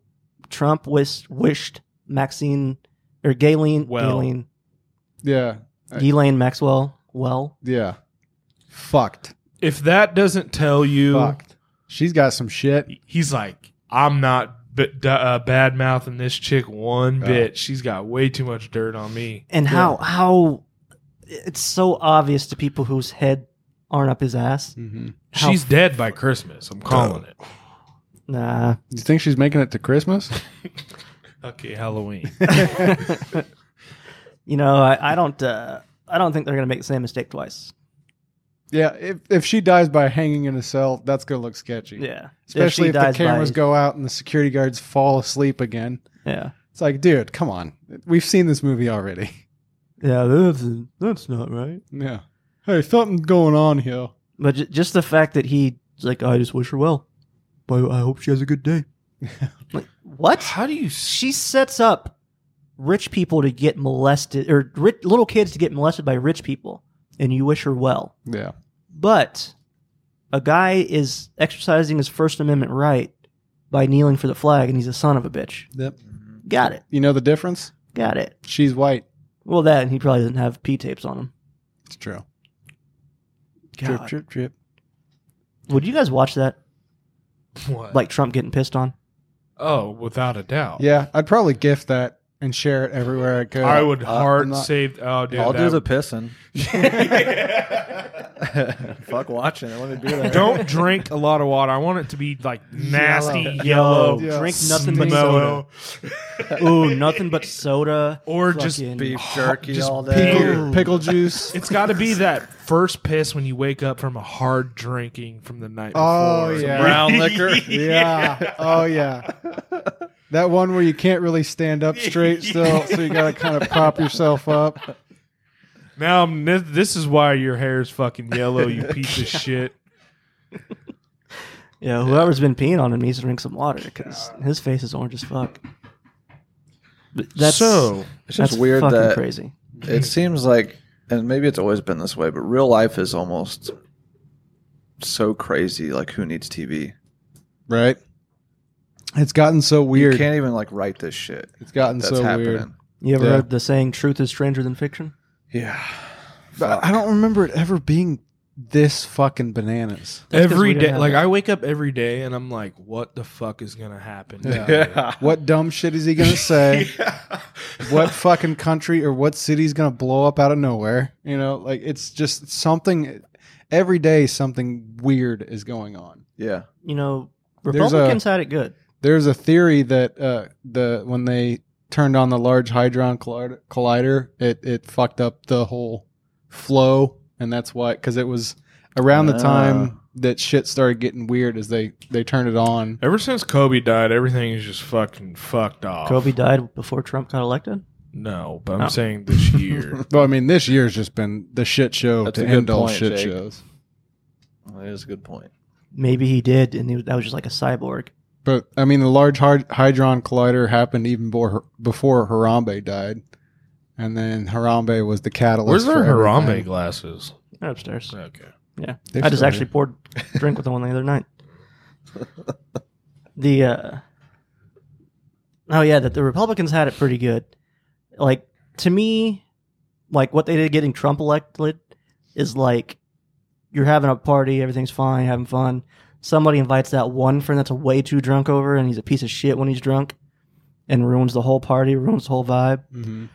C: Trump wish, wished Maxine or Galen,
B: Well.
C: Galen,
A: Yeah, I-
C: Ghislaine Maxwell well?
A: yeah, fucked,
B: if that doesn't tell you,
A: fucked. She's got some shit.
B: he's like, I'm not b- d- uh, bad mouthing this chick one
A: Yeah.
B: bit. She's got way too much dirt on me.
C: And how how it's so obvious to people whose head aren't up his ass.
A: Mm-hmm.
C: How
B: She's dead by Christmas. I'm calling it.
C: Nah.
A: You think she's making it to Christmas?
B: Okay, Halloween.
C: You know, I, I don't uh, I don't think they're gonna make the same mistake twice.
A: yeah. If if she dies by hanging in a cell, that's gonna look sketchy.
C: Yeah.
A: Especially if, the
C: dies by-
A: cameras go out and the security guards fall asleep again.
C: Yeah.
A: It's like, dude, come on. We've seen this movie already.
C: Yeah, that's that's not right.
A: Yeah. Hey, something's going on here.
C: But j- just the fact that he like, I just wish her well. But I hope she has a good day. like what?
B: How do you? s-
C: She sets up rich people to get molested, or rich, little kids to get molested by rich people, and you wish her well.
A: Yeah.
C: But a guy is exercising his First Amendment right by kneeling for the flag, and he's a son of a bitch.
A: Yep.
C: Got it.
A: You know the difference?
C: Got it.
A: She's white.
C: Well, that and he probably doesn't have P tapes on him.
A: It's true. Drip,
C: God.
A: drip, drip.
C: Would you guys watch that?
B: What?
C: Like Trump getting pissed on?
B: oh, without a doubt.
A: Yeah, I'd probably gift that and share it everywhere I could.
B: I would
A: Uh,
B: hard
A: I'm not-
B: save. Oh, dude,
D: All
B: that
D: there's a
B: would-
D: pissing. Fuck watching it. Let me be there.
B: don't drink a lot of water. I want it to be like nasty
A: Yellow.
B: yellow,
A: Yeah.
C: Drink nothing but soda.
B: smell,
C: Ooh, nothing but soda.
B: or just
C: Fucking-
D: beef jerky
B: just
D: all day.
A: pickle, pickle juice.
B: it's got to be that first piss when you wake up from a hard drinking from the night before.
A: Oh, yeah.
D: Brown liquor.
A: yeah. Oh yeah. That one where you can't really stand up straight still, so you gotta kind of prop yourself up.
B: Now I'm- this- this is why your hair's fucking yellow. You piece of shit.
C: Yeah, whoever's been peeing on him needs to drink some water because his face is orange as fuck. But That's
B: so.
D: It's
C: that's
D: just weird
C: fucking
D: that
C: crazy.
D: it seems like, and maybe it's always been this way, but real life is almost so crazy. Like, who needs TV?
A: Right? It's gotten so
D: You
A: weird.
D: can't even like write this shit.
A: It's gotten
D: That's
A: so
D: happening.
A: weird.
C: You ever
A: Yeah.
C: heard the saying "truth is stranger than fiction"?
D: Yeah.
A: But I don't remember it ever being this fucking bananas.
C: That's 'cause
B: every
C: we don't
B: day,
C: have
B: like
C: it.
B: I wake up every day and I'm like, what the fuck is gonna happen?
A: Yeah.
B: today?
A: What dumb shit is he gonna say? What fucking country or what city is gonna blow up out of nowhere? You know, like it's just something. Every day, something weird is going on.
D: Yeah.
C: You know,
A: There's a-
C: Republicans had it good.
A: There's a theory that uh, the when they turned on the Large Hadron Collider- Collider, it it fucked up the whole flow, and that's why because it was around the
D: Ah.
A: time that shit started getting weird as they they turned it on.
B: Ever since Kobe died, everything is just fucking fucked
A: Oh.
B: off.
C: Kobe died before Trump got elected.
B: No, but I'm
C: Oh.
B: saying this year.
A: Well, I mean, this year's just been the shit show
D: That's
A: to
D: a good
A: end all
D: point,
A: shit
D: Jake.
A: shows.
D: That is a good point.
C: Maybe he did, and he was, that was just like a cyborg.
A: But I mean, the Large Hyd- Hadron Collider happened even before, before Harambe died, and then Harambe was the catalyst.
B: Where's our
A: for
B: Harambe
A: everything.
B: glasses?
C: They're upstairs.
B: Okay.
C: Yeah,
A: They've
C: I just
A: started.
C: actually poured drink with them one the other night. the uh, oh yeah, that the Republicans had it pretty good. Like to me, like what they did getting Trump elected is like you're having a party, everything's fine, having fun. Somebody invites that one friend that's way too drunk over, and he's a piece of shit when he's drunk, and ruins the whole party, ruins the whole vibe.
A: Mhm.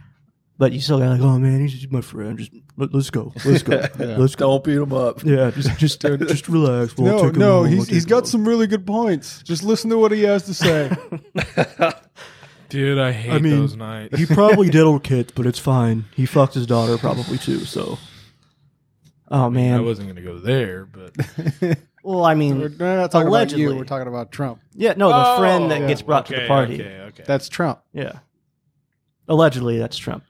C: But you still got like, oh man, he's just my friend. Just let, us go, let's go,
A: Yeah.
C: let's go.
D: Don't beat him up.
C: Yeah, just just uh, just relax. We'll
A: no,
C: take a
A: no,
C: moment,
A: he's,
C: we'll
A: he's
C: take a
A: got
C: moment.
A: some really good points. Just listen to what he has to say.
B: Dude, I hate
E: I mean,
B: those nights.
E: He probably diddled kids, but it's fine. He fucked his daughter probably too. So
C: Oh man.
B: I wasn't gonna go there, but
C: well, I
A: we're
C: mean,
A: not talking about
C: Allegedly.
A: you. We're talking about Trump.
C: yeah, no, Oh, the friend that
A: Oh, yeah.
C: gets brought to the party.
B: Oh, Okay, okay.
A: That's Trump.
C: Yeah. Allegedly, that's Trump.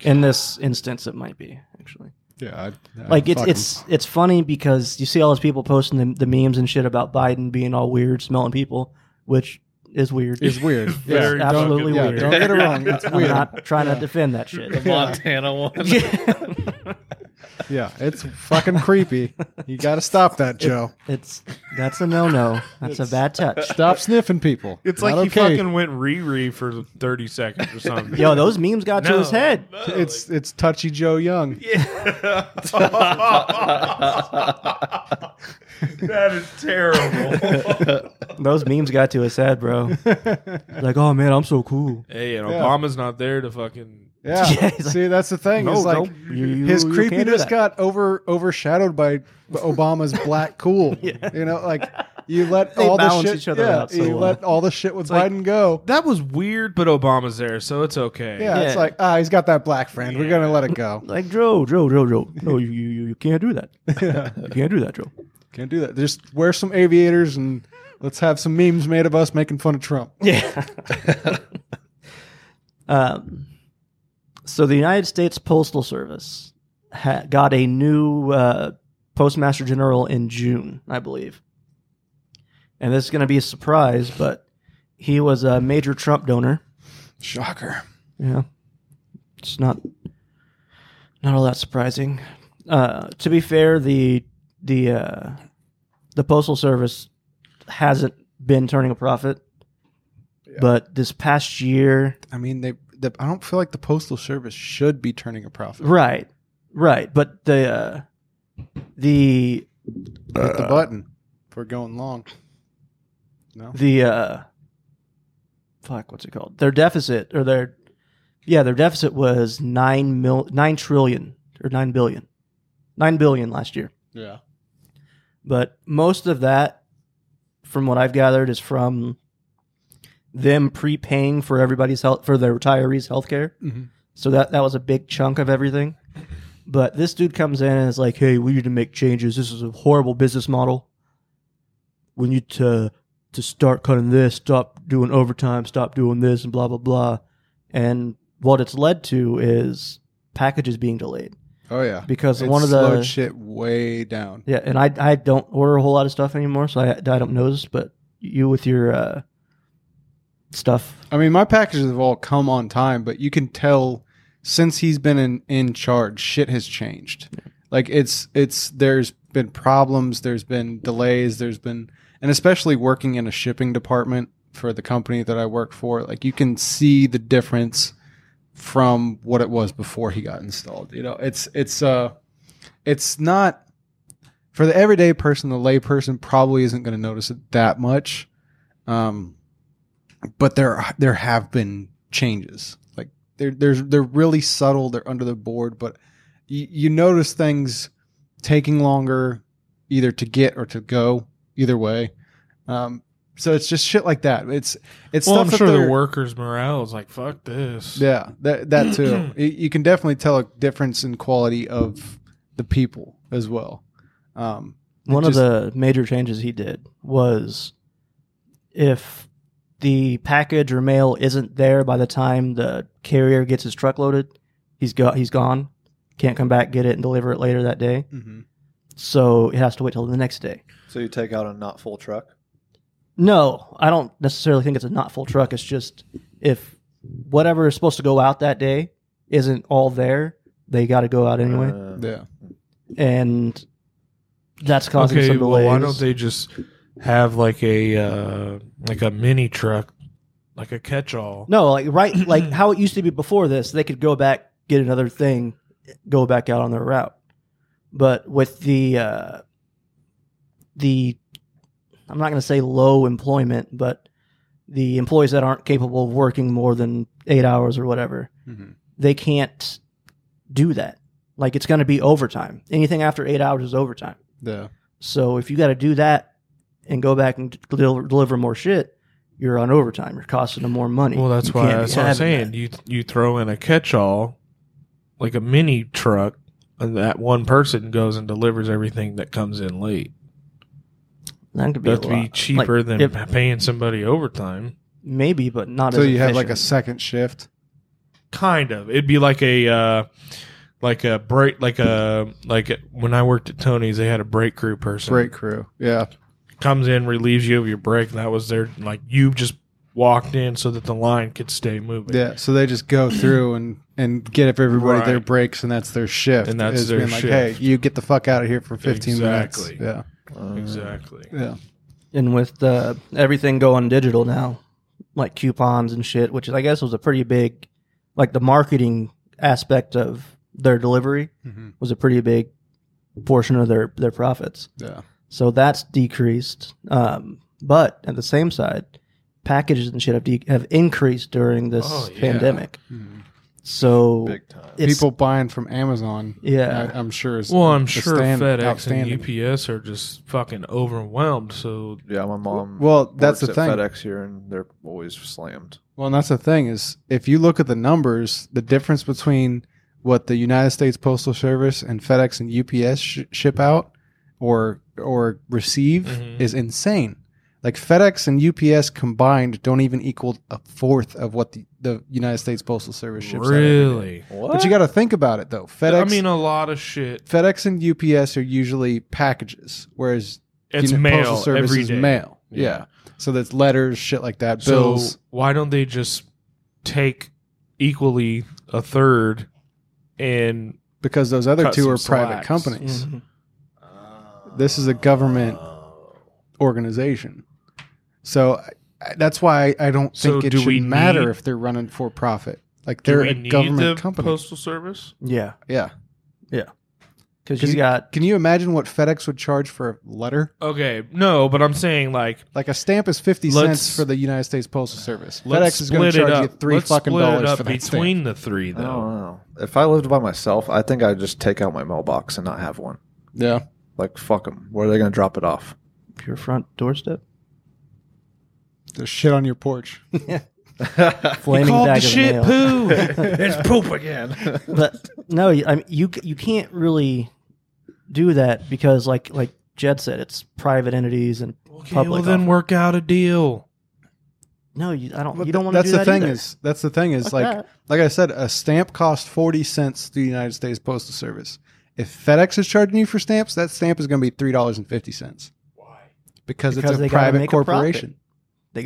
C: In this instance, it might be actually.
A: Yeah, I, I
C: Like it's
A: fucking-
C: it's it's funny because you see all those people posting the, the memes and shit about Biden being all weird, smelling people, which is weird.
A: it's weird.
B: Very
A: yeah,
C: absolutely
A: don't, yeah,
C: weird.
A: don't get it wrong. It's
C: I'm
A: weird.
C: not trying to defend that shit.
D: Montana one.
A: Yeah, it's fucking creepy. You got to stop that, Joe.
C: It's that's a no no. That's a bad touch.
A: Stop sniffing people.
B: It's
A: Not
B: like he
A: okay.
B: fucking went Riri for 30 seconds or something.
C: Yo, those memes got to
B: No.
C: his head.
A: It's it's touchy Joe Young.
B: that is terrible.
C: Those memes got to his head, bro.
E: like, oh man, I'm so cool.
B: hey, and
A: Yeah.
B: Obama's not there to fucking.
A: Yeah.
C: Yeah, he's like-
A: See, that's the thing.
C: No,
A: is like
C: no, you- you-
A: his
C: you can't do
A: creepiness
C: that.
A: got over overshadowed by Obama's black cool. You know, like you let
C: They
A: all the
C: balance
A: shit.
C: each other
A: yeah,
C: out so
A: you
C: well.
A: let all the shit with
B: like-
A: Biden go.
B: That was weird, but Obama's there, so it's okay.
A: Yeah, it's
C: Yeah.
A: like ah, he's got that black friend. We're gonna let it go.
C: Like Joe, Joe, Joe, Joe. No, you you, you- you can't do that. You can't do that, Joe.
A: Can't do that. Just wear some aviators and let's have some memes made of us making fun of Trump.
C: Yeah. um, so the United States Postal Service ha- got a new uh, Postmaster General in June, I believe. And this is going to be a surprise, but he was a major Trump donor.
A: Shocker.
C: Yeah. It's not not all that surprising. Uh, to be fair, the the uh, the postal service hasn't been turning a profit. But this past year,
A: I mean, they. The, I don't feel like the postal service should be turning a profit.
C: right, right. But the uh, the
A: Hit
C: Uh.
A: the button. If we're going long. No.
C: the uh, fuck, what's it called? Their deficit or their yeah, their deficit was nine mil nine trillion or nine billion, nine billion last year.
A: Yeah.
C: but most of that from what i've gathered is from them prepaying for everybody's health for their retirees health care
A: Mhm.
C: so that that was a big chunk of everything but this dude comes in and is like hey we need to make changes this is a horrible business model we need to to start cutting this stop doing overtime stop doing this and blah blah blah and what it's led to is packages being delayed
A: Oh yeah.
C: because
A: It
C: one of the
A: slowed shit way down.
C: yeah, and I I don't order a whole lot of stuff anymore, so I, I don't know this, but you with your uh, stuff.
A: I mean, my packages have all come on time, but you can tell since he's been in, in charge, shit has changed. Like it's it's there's been problems, there's been delays, there's been and especially working in a shipping department for the company that I work for, like you can see the difference from what it was before he got installed. You know, it's it's uh it's not for the everyday person, the lay person probably isn't going to notice it that much. Um, but there there have been changes. Like they're there's they're really subtle. They're under the board, but you, you notice things taking longer, either to get or to go. Either way, um, so it's just shit like that. It's it's
B: Well,
A: stuff
B: I'm
A: that
B: sure the
A: they're-
B: workers' morale is like, fuck this.
A: yeah, that that too. you you can definitely tell a difference in quality of the people as well. Um,
C: One
A: just-
C: of the major changes he did was if the package or mail isn't there by the time the carrier gets his truck loaded, he's go he's gone, can't come back get it and deliver it later that day. so it has to wait till the next day.
D: So you take out a not full truck.
C: No, I don't necessarily think it's a not full truck. It's just if whatever is supposed to go out that day isn't all there, they got to go out anyway,
D: Uh,
A: Yeah.
C: and that's causing
B: okay,
C: some
B: well,
C: delays.
B: why don't they just have like a uh, like a mini truck, like a catch-all?
C: No, like right, like how it used to be before this, they could go back, get another thing, go back out on their route. But with the uh, the, I'm not going to say low employment, but the employees that aren't capable of working more than eight hours or whatever,
A: Mhm.
C: they can't do that. Like it's going to be overtime. Anything after eight hours is overtime.
A: Yeah.
C: So if you got to do that and go back and deliver, deliver more shit, you're on overtime. You're costing them more money.
B: Well, that's
C: You
B: why
C: can't be
B: that's what I'm
C: having
B: saying.
C: that.
B: You you throw in a catch-all, like a mini truck, and that one person goes and delivers everything that comes in late.
C: That could be, a
B: That'd be
C: lot.
B: cheaper
C: Like,
B: than
C: if-
B: paying somebody overtime.
C: maybe, but not
A: So
C: as
A: you have like a
C: efficient.
A: second shift.
B: Kind of. It'd be like a uh, like a break, like a like a, when I worked at Tony's, they had a break crew person.
A: Break crew. Yeah.
B: comes in, relieves you of your break, and that was their like you just walked in so that the line could stay moving.
A: Yeah. So they just go through and and get up everybody
B: Right.
A: their breaks and that's their shift.
B: And that's
A: is
B: their
A: being like,
B: shift.
A: hey, you get the fuck out of here for fifteen
B: Exactly.
A: minutes.
D: uh,
B: Exactly.
A: Yeah. Yeah.
C: and with uh, everything going digital now, like coupons and shit, which I guess was a pretty big, like the marketing aspect of their delivery
B: Mm-hmm.
A: hmm
C: was a pretty big portion of their their profits.
A: Yeah.
C: So that's decreased. Um, but at the same side, packages and shit have de- have increased during this
B: Oh, yeah. Hmm.
C: pandemic.
A: Mhm.
C: So
D: Big time.
C: it's,
A: People buying from Amazon.
C: Yeah.
A: I, I'm sure. Is
B: Well, I'm
A: the
B: sure
A: stand-
B: FedEx
A: outstanding.
B: and UPS are just fucking overwhelmed. So
D: Yeah, my mom.
A: Well, that's the
D: works
A: thing.
D: At FedEx here, and they're always slammed.
A: Well, and that's the thing is if you look at the numbers, the difference between what the United States Postal Service and FedEx and UPS sh- ship out or or receive
B: Mhm.
A: is insane. Like FedEx and UPS combined don't even equal a fourth of what the, the United States Postal Service ships out. every day.
B: really,
D: What?
A: But you got to think about it though. FedEx
B: I mean, a lot of shit.
A: FedEx and UPS are usually packages, whereas
B: It's
A: Uni-
B: mail every
A: is
B: day.
A: mail. Yeah.
B: Yeah.
A: So that's letters, shit like that,
B: So
A: bills.
B: why don't they just take equally a third and
A: because those other
B: Cut
A: two
B: some
A: are private
B: slacks.
A: companies.
C: Mhm.
A: This is a government organization. So I, that's why I don't
B: So
A: think it
B: do
A: should
B: we
A: matter
B: need-
A: if they're running for profit. Like
B: do
A: they're
B: we
A: a
B: need
A: government
B: the
A: company.
B: postal service?
C: yeah,
A: yeah.
C: because
A: 'Cause
C: you
A: you-
C: got
A: Can you imagine what FedEx would charge for a letter?
B: Okay, no, but I'm saying like
A: Like a stamp is 50
B: Let's-
A: cents for the United States Postal Service.
B: let's
A: FedEx is going
B: split
A: to
B: it
A: charge
B: up.
A: you 3
B: let's
A: fucking
B: split it
A: dollars
B: up
A: for that stamp.
B: between the three
D: I don't
B: though.
D: know. Oh, If I lived by myself, I think I'd just take out my mailbox and not have one.
A: Yeah.
D: Like, fuck them. Where are they going to drop it off?
C: your front doorstep.
A: There's shit on your porch.
C: Flaming bag of nails.
B: poo.
D: it's poop again.
C: but no, you- I mean, you you can't really do that because, like like Jed said, it's private entities and
B: okay,
C: public.
B: well then
C: offer-
B: work out a deal.
C: no, you, I don't.
A: But
C: you don't
A: th-
C: want to
A: that's
C: do
A: the
C: that
A: thing
C: either.
A: is that's the thing is
C: Fuck
A: like
C: that.
A: like I said, a stamp costs forty cents to the United States Postal Service. If FedEx is charging you for stamps, that stamp is going to be three dollars and fifty cents. Why? Because,
C: Because
A: it's
C: they
A: a
C: gotta
A: private
C: make a profit.
A: corporation.
C: gotta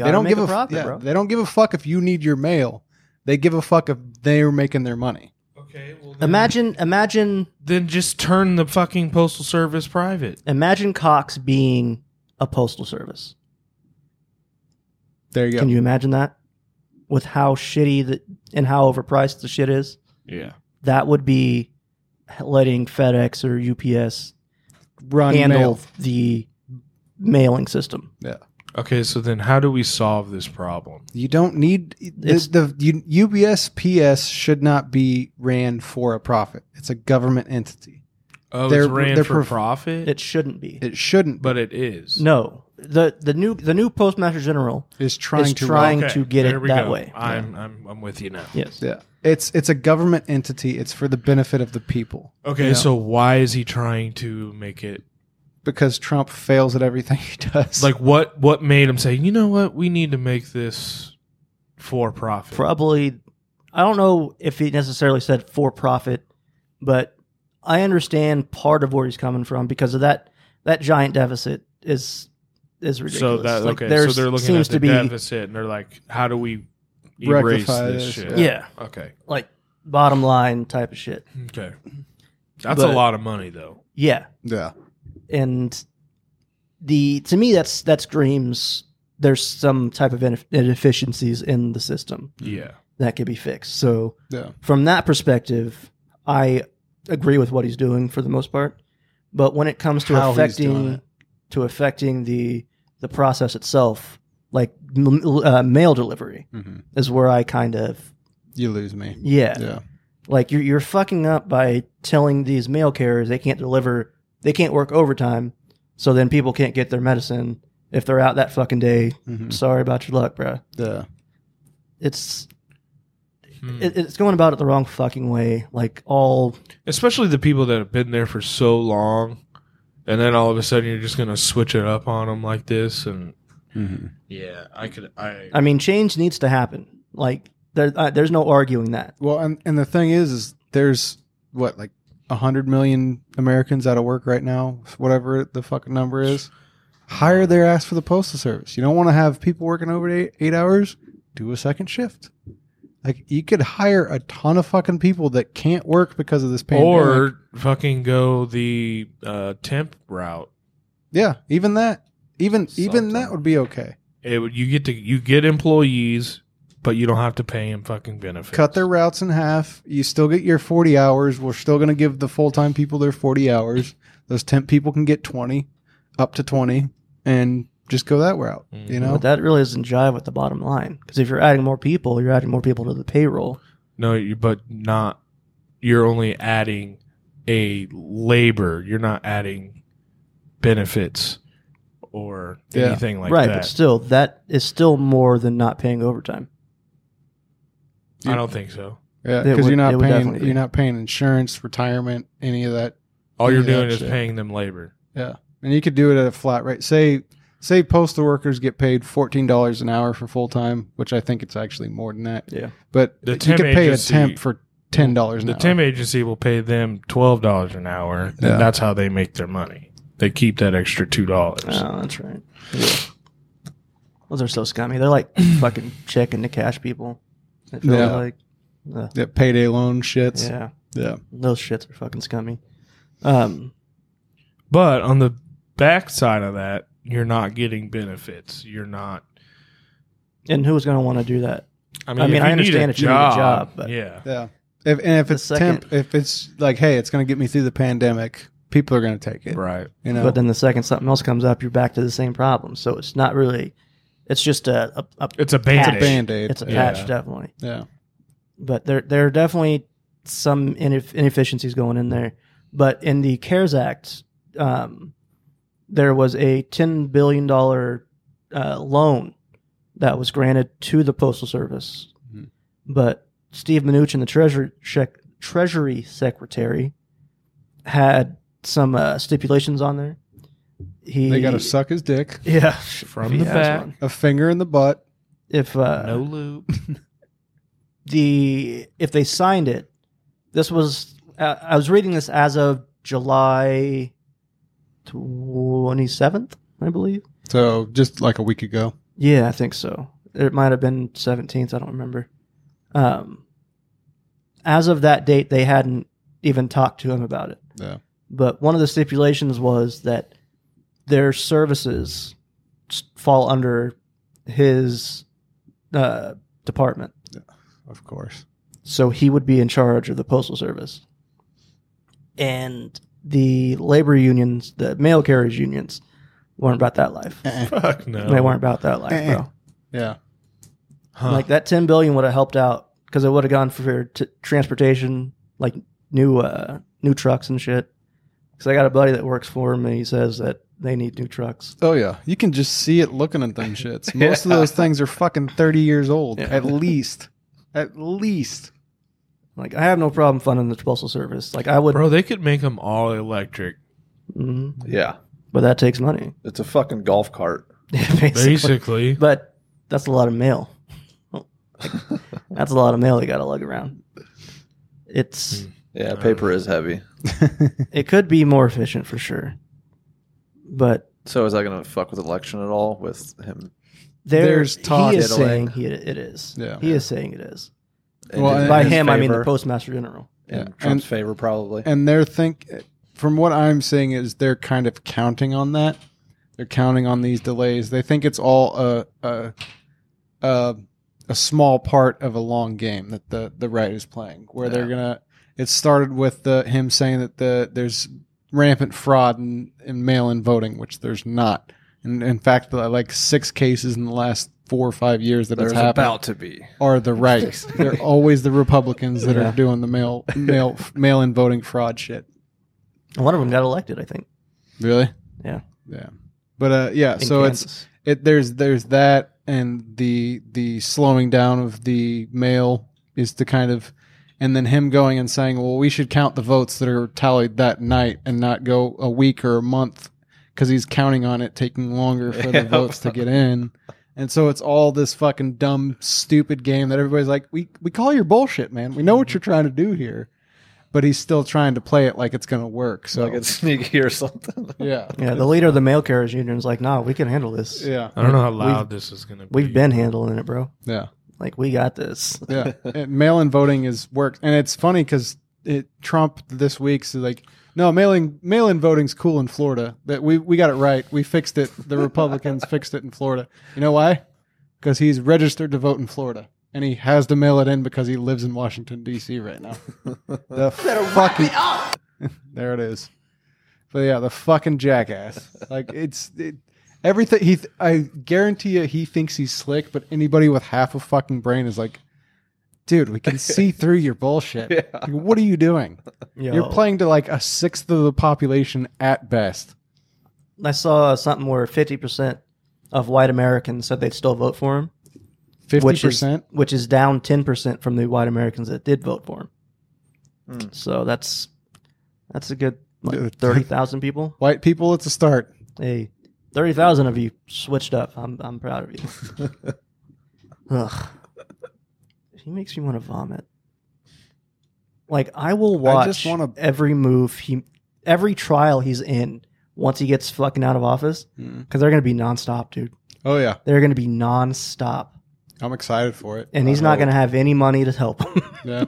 A: they don't
C: make
A: give a,
C: a
A: f-
C: profit,
A: yeah,
C: bro.
A: They don't give a fuck if you need your mail. They give a fuck if they're making their money.
B: Okay, well
C: Imagine imagine
B: then just turn the fucking postal service private.
C: imagine Cox being a postal service.
A: There you go.
C: Can you imagine that? With how shitty the, and how overpriced the shit is,
B: Yeah.
C: that would be letting FedEx or UPS
A: Run
C: handle
A: mail.
C: the mailing system.
B: Okay, so then how do we solve this problem?
A: You don't need
C: It's-
A: the, the U- UBS PS should not be ran for a profit. It's a government entity.
B: Oh,
A: They're-
B: it's ran
A: they're
B: for
A: prof-
B: profit,
C: It shouldn't be.
A: It shouldn't. But
B: but it is.
C: No, the the new the new postmaster general
A: is trying
C: is
A: to run-
C: trying to get
B: there
C: it
B: we
C: that
B: go.
C: way.
B: I'm, I'm I'm with you now.
C: Yes,
A: Yeah. It's it's a government entity. It's for the benefit of the people.
B: Okay,
A: Yeah.
B: so why is he trying to make it
A: Because Trump fails at everything he does.
B: like what what made him say, "You know what? We need to make this for profit."
C: probably. I don't know if he necessarily said for profit, but I understand part of where he's coming from because of that that giant deficit is is ridiculous.
B: So that
C: Like,
B: okay.
C: there's-
B: so they're looking at
C: seems
B: the
C: to be
B: deficit, and they're like, "How do we erase
A: Rectify
B: this,
A: this,
B: shit?"
C: yeah,
B: Okay.
C: like bottom line type of shit.
B: Okay. That's a
C: But-
B: lot of money, though.
C: Yeah,
A: Yeah.
C: and the to me that's that screams there's some type of ineff- inefficiencies in the system
B: Yeah.
C: that could be fixed. So
A: Yeah.
C: from that perspective, I agree with what he's doing for the most part. But when it comes to
A: How he's doing
C: affecting
A: it.
C: to affecting the the process itself, like m- uh, mail delivery,
A: hmm
C: is where I kind of
A: You lose me.
C: yeah,
A: Yeah.
C: like you're you're fucking up by telling these mail carriers they can't deliver, they can't work overtime, so then people can't get their medicine if they're out that fucking day.
A: hmm
C: Sorry about your luck, bruh.
A: Yeah.
C: It's
A: Mm.
B: Hmm.
C: it, it's going about it the wrong fucking way. Like all
B: Especially the people that have been there for so long, and then all of a sudden you're just gonna switch it up on them like this, and
A: hmm
B: yeah, I could, I,
C: I mean, change needs to happen. Like there, uh, there's no arguing that.
A: Well, and and the thing is, is there's what like hundred million Americans out of work right now, whatever the fucking number is. Hire their ass for the postal service. You don't want to have people working over eight, eight hours. Do a second shift. Like you could hire a ton of fucking people that can't work because of this pandemic.
B: or fucking go the uh, temp route.
A: yeah, even that, even even
D: Something.
A: that would be okay.
B: It would you get to you get employees, but you don't have to pay them fucking benefits.
A: Cut their routes in half. You still get your forty hours. We're still going to give the full time people their forty hours. Those temp people can get twenty, up to twenty, and just go that route. You
B: Mhm.
A: know,
C: But that really doesn't jive with the bottom line because if you're adding more people, you're adding more people to the payroll.
B: No, you, but not. You're only adding a labor. You're not adding benefits or
A: Yeah.
B: anything like
C: right,
B: that.
C: but still, that is still more than not paying overtime.
B: I don't think so.
A: yeah,
C: It
A: because
C: would-
A: you're
C: it
A: not
C: would
A: paying.
C: definitely be.
A: You're not paying insurance, retirement, any of that.
B: All you're
A: Yeah,
B: doing is
A: shit.
B: paying them labor.
A: And you could do it at a flat rate. Say, say postal workers get paid fourteen dollars an hour for full time, which I think it's actually more than that.
C: Yeah.
A: But
B: The
A: you
B: temp
A: could pay
B: agency-
A: a temp for ten dollars an
B: The
A: hour.
B: temp agency will pay them twelve dollars an hour, and
A: Yeah.
B: that's how they make their money. They keep that extra two dollars.
C: Oh, that's right. Those are so scummy. They're like fucking checking the cash people. It feels
A: Yeah.
C: like Ugh,
A: that payday loan shits.
C: yeah,
A: Yeah.
C: those shits are fucking scummy. Um,
B: But on the back side of that, you're not getting benefits. You're not.
C: and who's going to want to do that?
B: I
C: I
B: if
C: mean, I
B: need
C: understand that you need a job, but-
B: yeah,
A: Yeah. If, and if
C: The
A: it's
C: second-
A: temp, if it's like, hey, it's going to get me through the pandemic, people are going to take it.
B: right.
A: You know,
C: But then the second something else comes up, you're back to the same problem. So it's not really. It's just a, a, a
B: It's a
C: It's a
B: band.
A: band aid.
C: it's a
B: Yeah.
C: patch definitely
A: Yeah.
C: but there there are definitely some ineff- inefficiencies going in there but in the cares act um, there was a 10 billion dollar uh, loan that was granted to the postal service
A: Mhm.
C: but steve mnuchin the treasury sec- treasury secretary had some uh, stipulations on there he
A: They got to suck his dick,
C: yeah
B: From
C: if he
B: the
C: has
B: back.
C: one.
A: a finger in the butt.
C: if uh,
B: No loop.
C: the if they signed it this was uh, i was reading this as of july 27th i believe
A: So just like a week ago.
C: yeah i think so it might have been 17th i don't remember um as of that date they hadn't even talked to him about it
A: Yeah.
C: but one of the stipulations was that their services s- fall under his uh, department
A: Of course.
C: so he would be in charge of the postal service and the labor unions the mail carriers unions weren't about that life
B: Fuck no.
C: they weren't about that life
A: Uh-uh.
C: bro
A: Yeah.
B: Huh.
C: like that 10 billion would have helped out because it would have gone for t- transportation like new uh new trucks and shit because i got a buddy that works for him and he says that they need new trucks
A: Oh yeah. You can just see it looking at them shits. Most of those things are fucking 30 years old
C: Yeah.
A: at least. At least.
C: like i have no problem funding the postal service like i would
B: bro, they could make them all electric.
C: Mhm.
D: Yeah,
C: but that takes money
D: it's a fucking golf cart.
C: basically
B: Basically,
C: But that's a lot of mail.
B: Hmm.
C: That's a lot of mail you got to lug around. It's
D: Yeah, paper is heavy.
C: It could be more efficient for sure, but
D: So is that going to fuck with election at all with him?
C: there-
A: There's talk-
C: He is
D: Italy.
C: saying he, it is.
A: Yeah.
C: he is saying it is.
D: in
A: Well,
D: his-
A: and-
D: in
C: By
D: his
C: him, I mean the
D: favor?
C: postmaster general.
D: In
A: Yeah. And-
D: Trump's favor, probably.
A: and they're think from what I'm seeing is they're kind of counting on that. They're counting on these delays. They think it's all a a a, a small part of a long game that the the right is playing, where they're
D: Yeah.
A: gonna. It started with the him saying that the there's rampant fraud in, in mail-in voting, which there's not. And in fact, there are like six cases in the last four or five years that
D: There's
A: it's happened
D: about to be.
A: are the right. They're always the Republicans that
C: Yeah.
A: are doing the mail mail mail in voting fraud shit.
C: And one of them got elected, I think.
A: Really?
C: Yeah.
A: Yeah. But uh yeah,
C: in
A: so it's
C: Kansas.
A: it there's there's that and the the slowing down of the mail is the kind of and then him going and saying, "Well, we should count the votes that are tallied that night and not go a week or a month cuz he's counting on it taking longer for the
D: Yeah.
A: votes to get in." And so it's all this fucking dumb stupid game that everybody's like, "We we call your bullshit, man. We know
D: Mm-hmm.
A: what you're trying to do here." But he's still trying to play it like it's going to work. So
D: Like it's sneaky or something.
A: yeah.
C: yeah, the leader of the mail carriers union is like, "No, we can handle this.
A: Yeah.
B: I don't know how loud this is going to be.
C: We've been handling it, bro.
A: Yeah.
C: Like we got this."
A: yeah. And mail-in voting is worked, and it's funny because it Trump this week so like, no, mailing mail-in voting's cool in Florida. That we we got it right. We fixed it. The Republicans fixed it in Florida. You know why? Because he's registered to vote in Florida, and he has to mail it in because he lives in Washington D.C. right now. the fucking there it is. But yeah, the fucking jackass. Like it's it, everything. He, th- I guarantee you, he thinks he's slick. But anybody with half a fucking brain is like, dude, we can see through your bullshit. Like, what are you doing?
C: Yo.
A: You're playing to like a sixth of the population at best.
C: I saw something where fifty percent of white Americans said they'd still vote for him,
A: Fifty
C: which is
A: percent.
C: which is down ten percent from the white Americans that did vote for him.
A: Hmm.
D: Mm.
C: So that's that's a good
A: Yeah.
C: like, thirty thousand people.
A: White people, it's a start.
C: Hey, thirty thousand of you switched up. I'm I'm proud of you. Ugh, he makes me want to vomit. Like I will watch
A: I just wanna-
C: every move he, every trial he's in once he gets fucking out of office because they're gonna be nonstop, dude.
A: Oh yeah,
C: They're gonna be nonstop,
A: I'm excited for it.
C: and he's not gonna have any money to help him.
A: Yeah.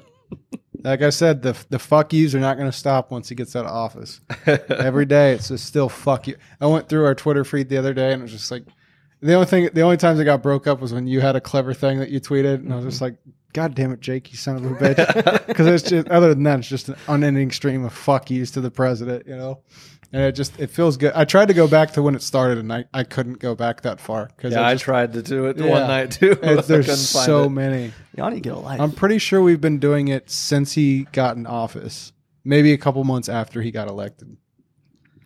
A: Like I said, the the fuck yous are not going to stop once he gets out of office. Every day, it's just still fuck you. I went through our Twitter feed the other day, and it was just like the only thing, the only times I got broke up was when you had a clever thing that you tweeted, and I was just like, "God damn it, Jake, you son of a bitch!" Because it's just other than that, it's just an unending stream of fuck yous to the president, you know. And it just it feels good. I tried to go back to when it started, and I, I couldn't go back that far because
D: Yeah, I tried to do it one
A: Yeah.
D: night too. I couldn't
A: there's
D: find
A: so
D: it.
A: many.
C: Y'all need to get a life.
A: I'm pretty sure we've been doing it since he got in office. Maybe a couple months after he got elected.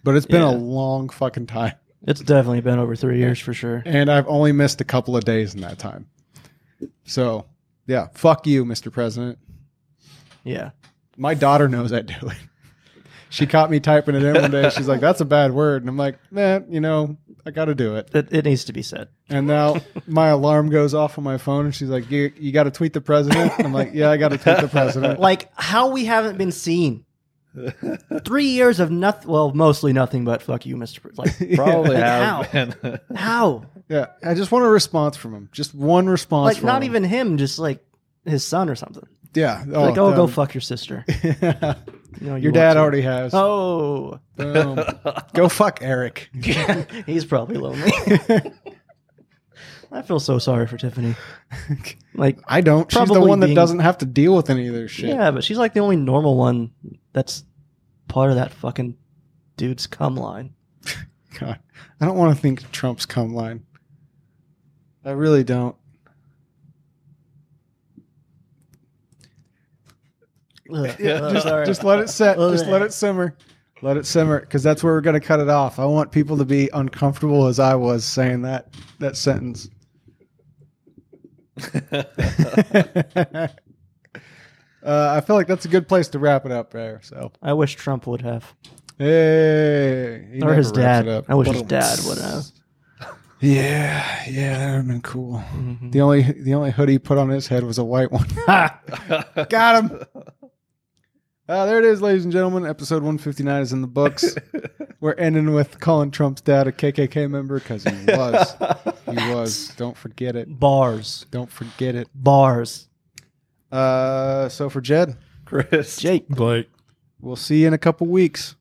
A: But it's been a
C: Yeah.
A: long fucking time.
C: it's definitely been over three years for sure.
A: And I've only missed a couple of days in that time. So, yeah, fuck you, Mr. President.
C: Yeah,
A: My daughter knows I do it. She caught me typing it in one day. She's like, that's a bad word. And I'm like, man, you know, I got to do it.
C: it, it needs to be said.
A: And now my alarm goes off on my phone and she's like, you, you got to tweet the president? I'm like, yeah, I got to tweet the president.
C: like how we haven't been seen. Three years of nothing. Well, mostly nothing but fuck you, Mister. Like
D: Probably
C: Like,
D: have
C: how?
D: been.
C: how?
A: Yeah, I just want a response from him. Just one response.
C: Like
A: from
C: not
A: him.
C: even him, just like his son or something.
A: Yeah. Oh,
C: like oh, go
A: um,
C: fuck your sister. You know, you
A: Your
C: want
A: dad
C: to.
A: already has.
C: Oh,
A: Boom. go fuck Eric.
C: he's probably lonely. I feel so sorry for Tiffany. Like,
A: I don't. She's the
C: Probably
A: one that
C: being-
A: doesn't have to deal with any of their shit.
C: yeah, but she's like the only normal one that's part of that fucking dude's cum line.
A: God, I don't want to think Trump's cum line. I really don't.
C: Ugh. Ugh,
A: Just,
C: sorry.
A: just let it set.
C: Ugh.
A: Just let it simmer. Let it simmer because that's where we're going to cut it off. I want people to be uncomfortable as I was saying that that sentence. uh, I feel like that's a good place to wrap it up there. So,
C: I wish Trump would have.
A: hey, he
C: or
A: never
C: his
A: wraps
C: dad.
A: it up.
C: I wish his
A: Boom.
C: dad would have. Mm-hmm.
A: Yeah, yeah, that would have been cool. The only the only hoodie he put on his head was a white one. Got him. Uh, there it is, ladies and gentlemen. Episode 159 is in the books. We're ending with calling Trump's dad a KKK member because he was. he was. Don't forget it.
E: Bars.
A: Don't forget it.
E: Bars.
A: Uh, so for Jed,
D: Chris.
C: Jake.
B: Blake.
A: we'll see you in a couple weeks.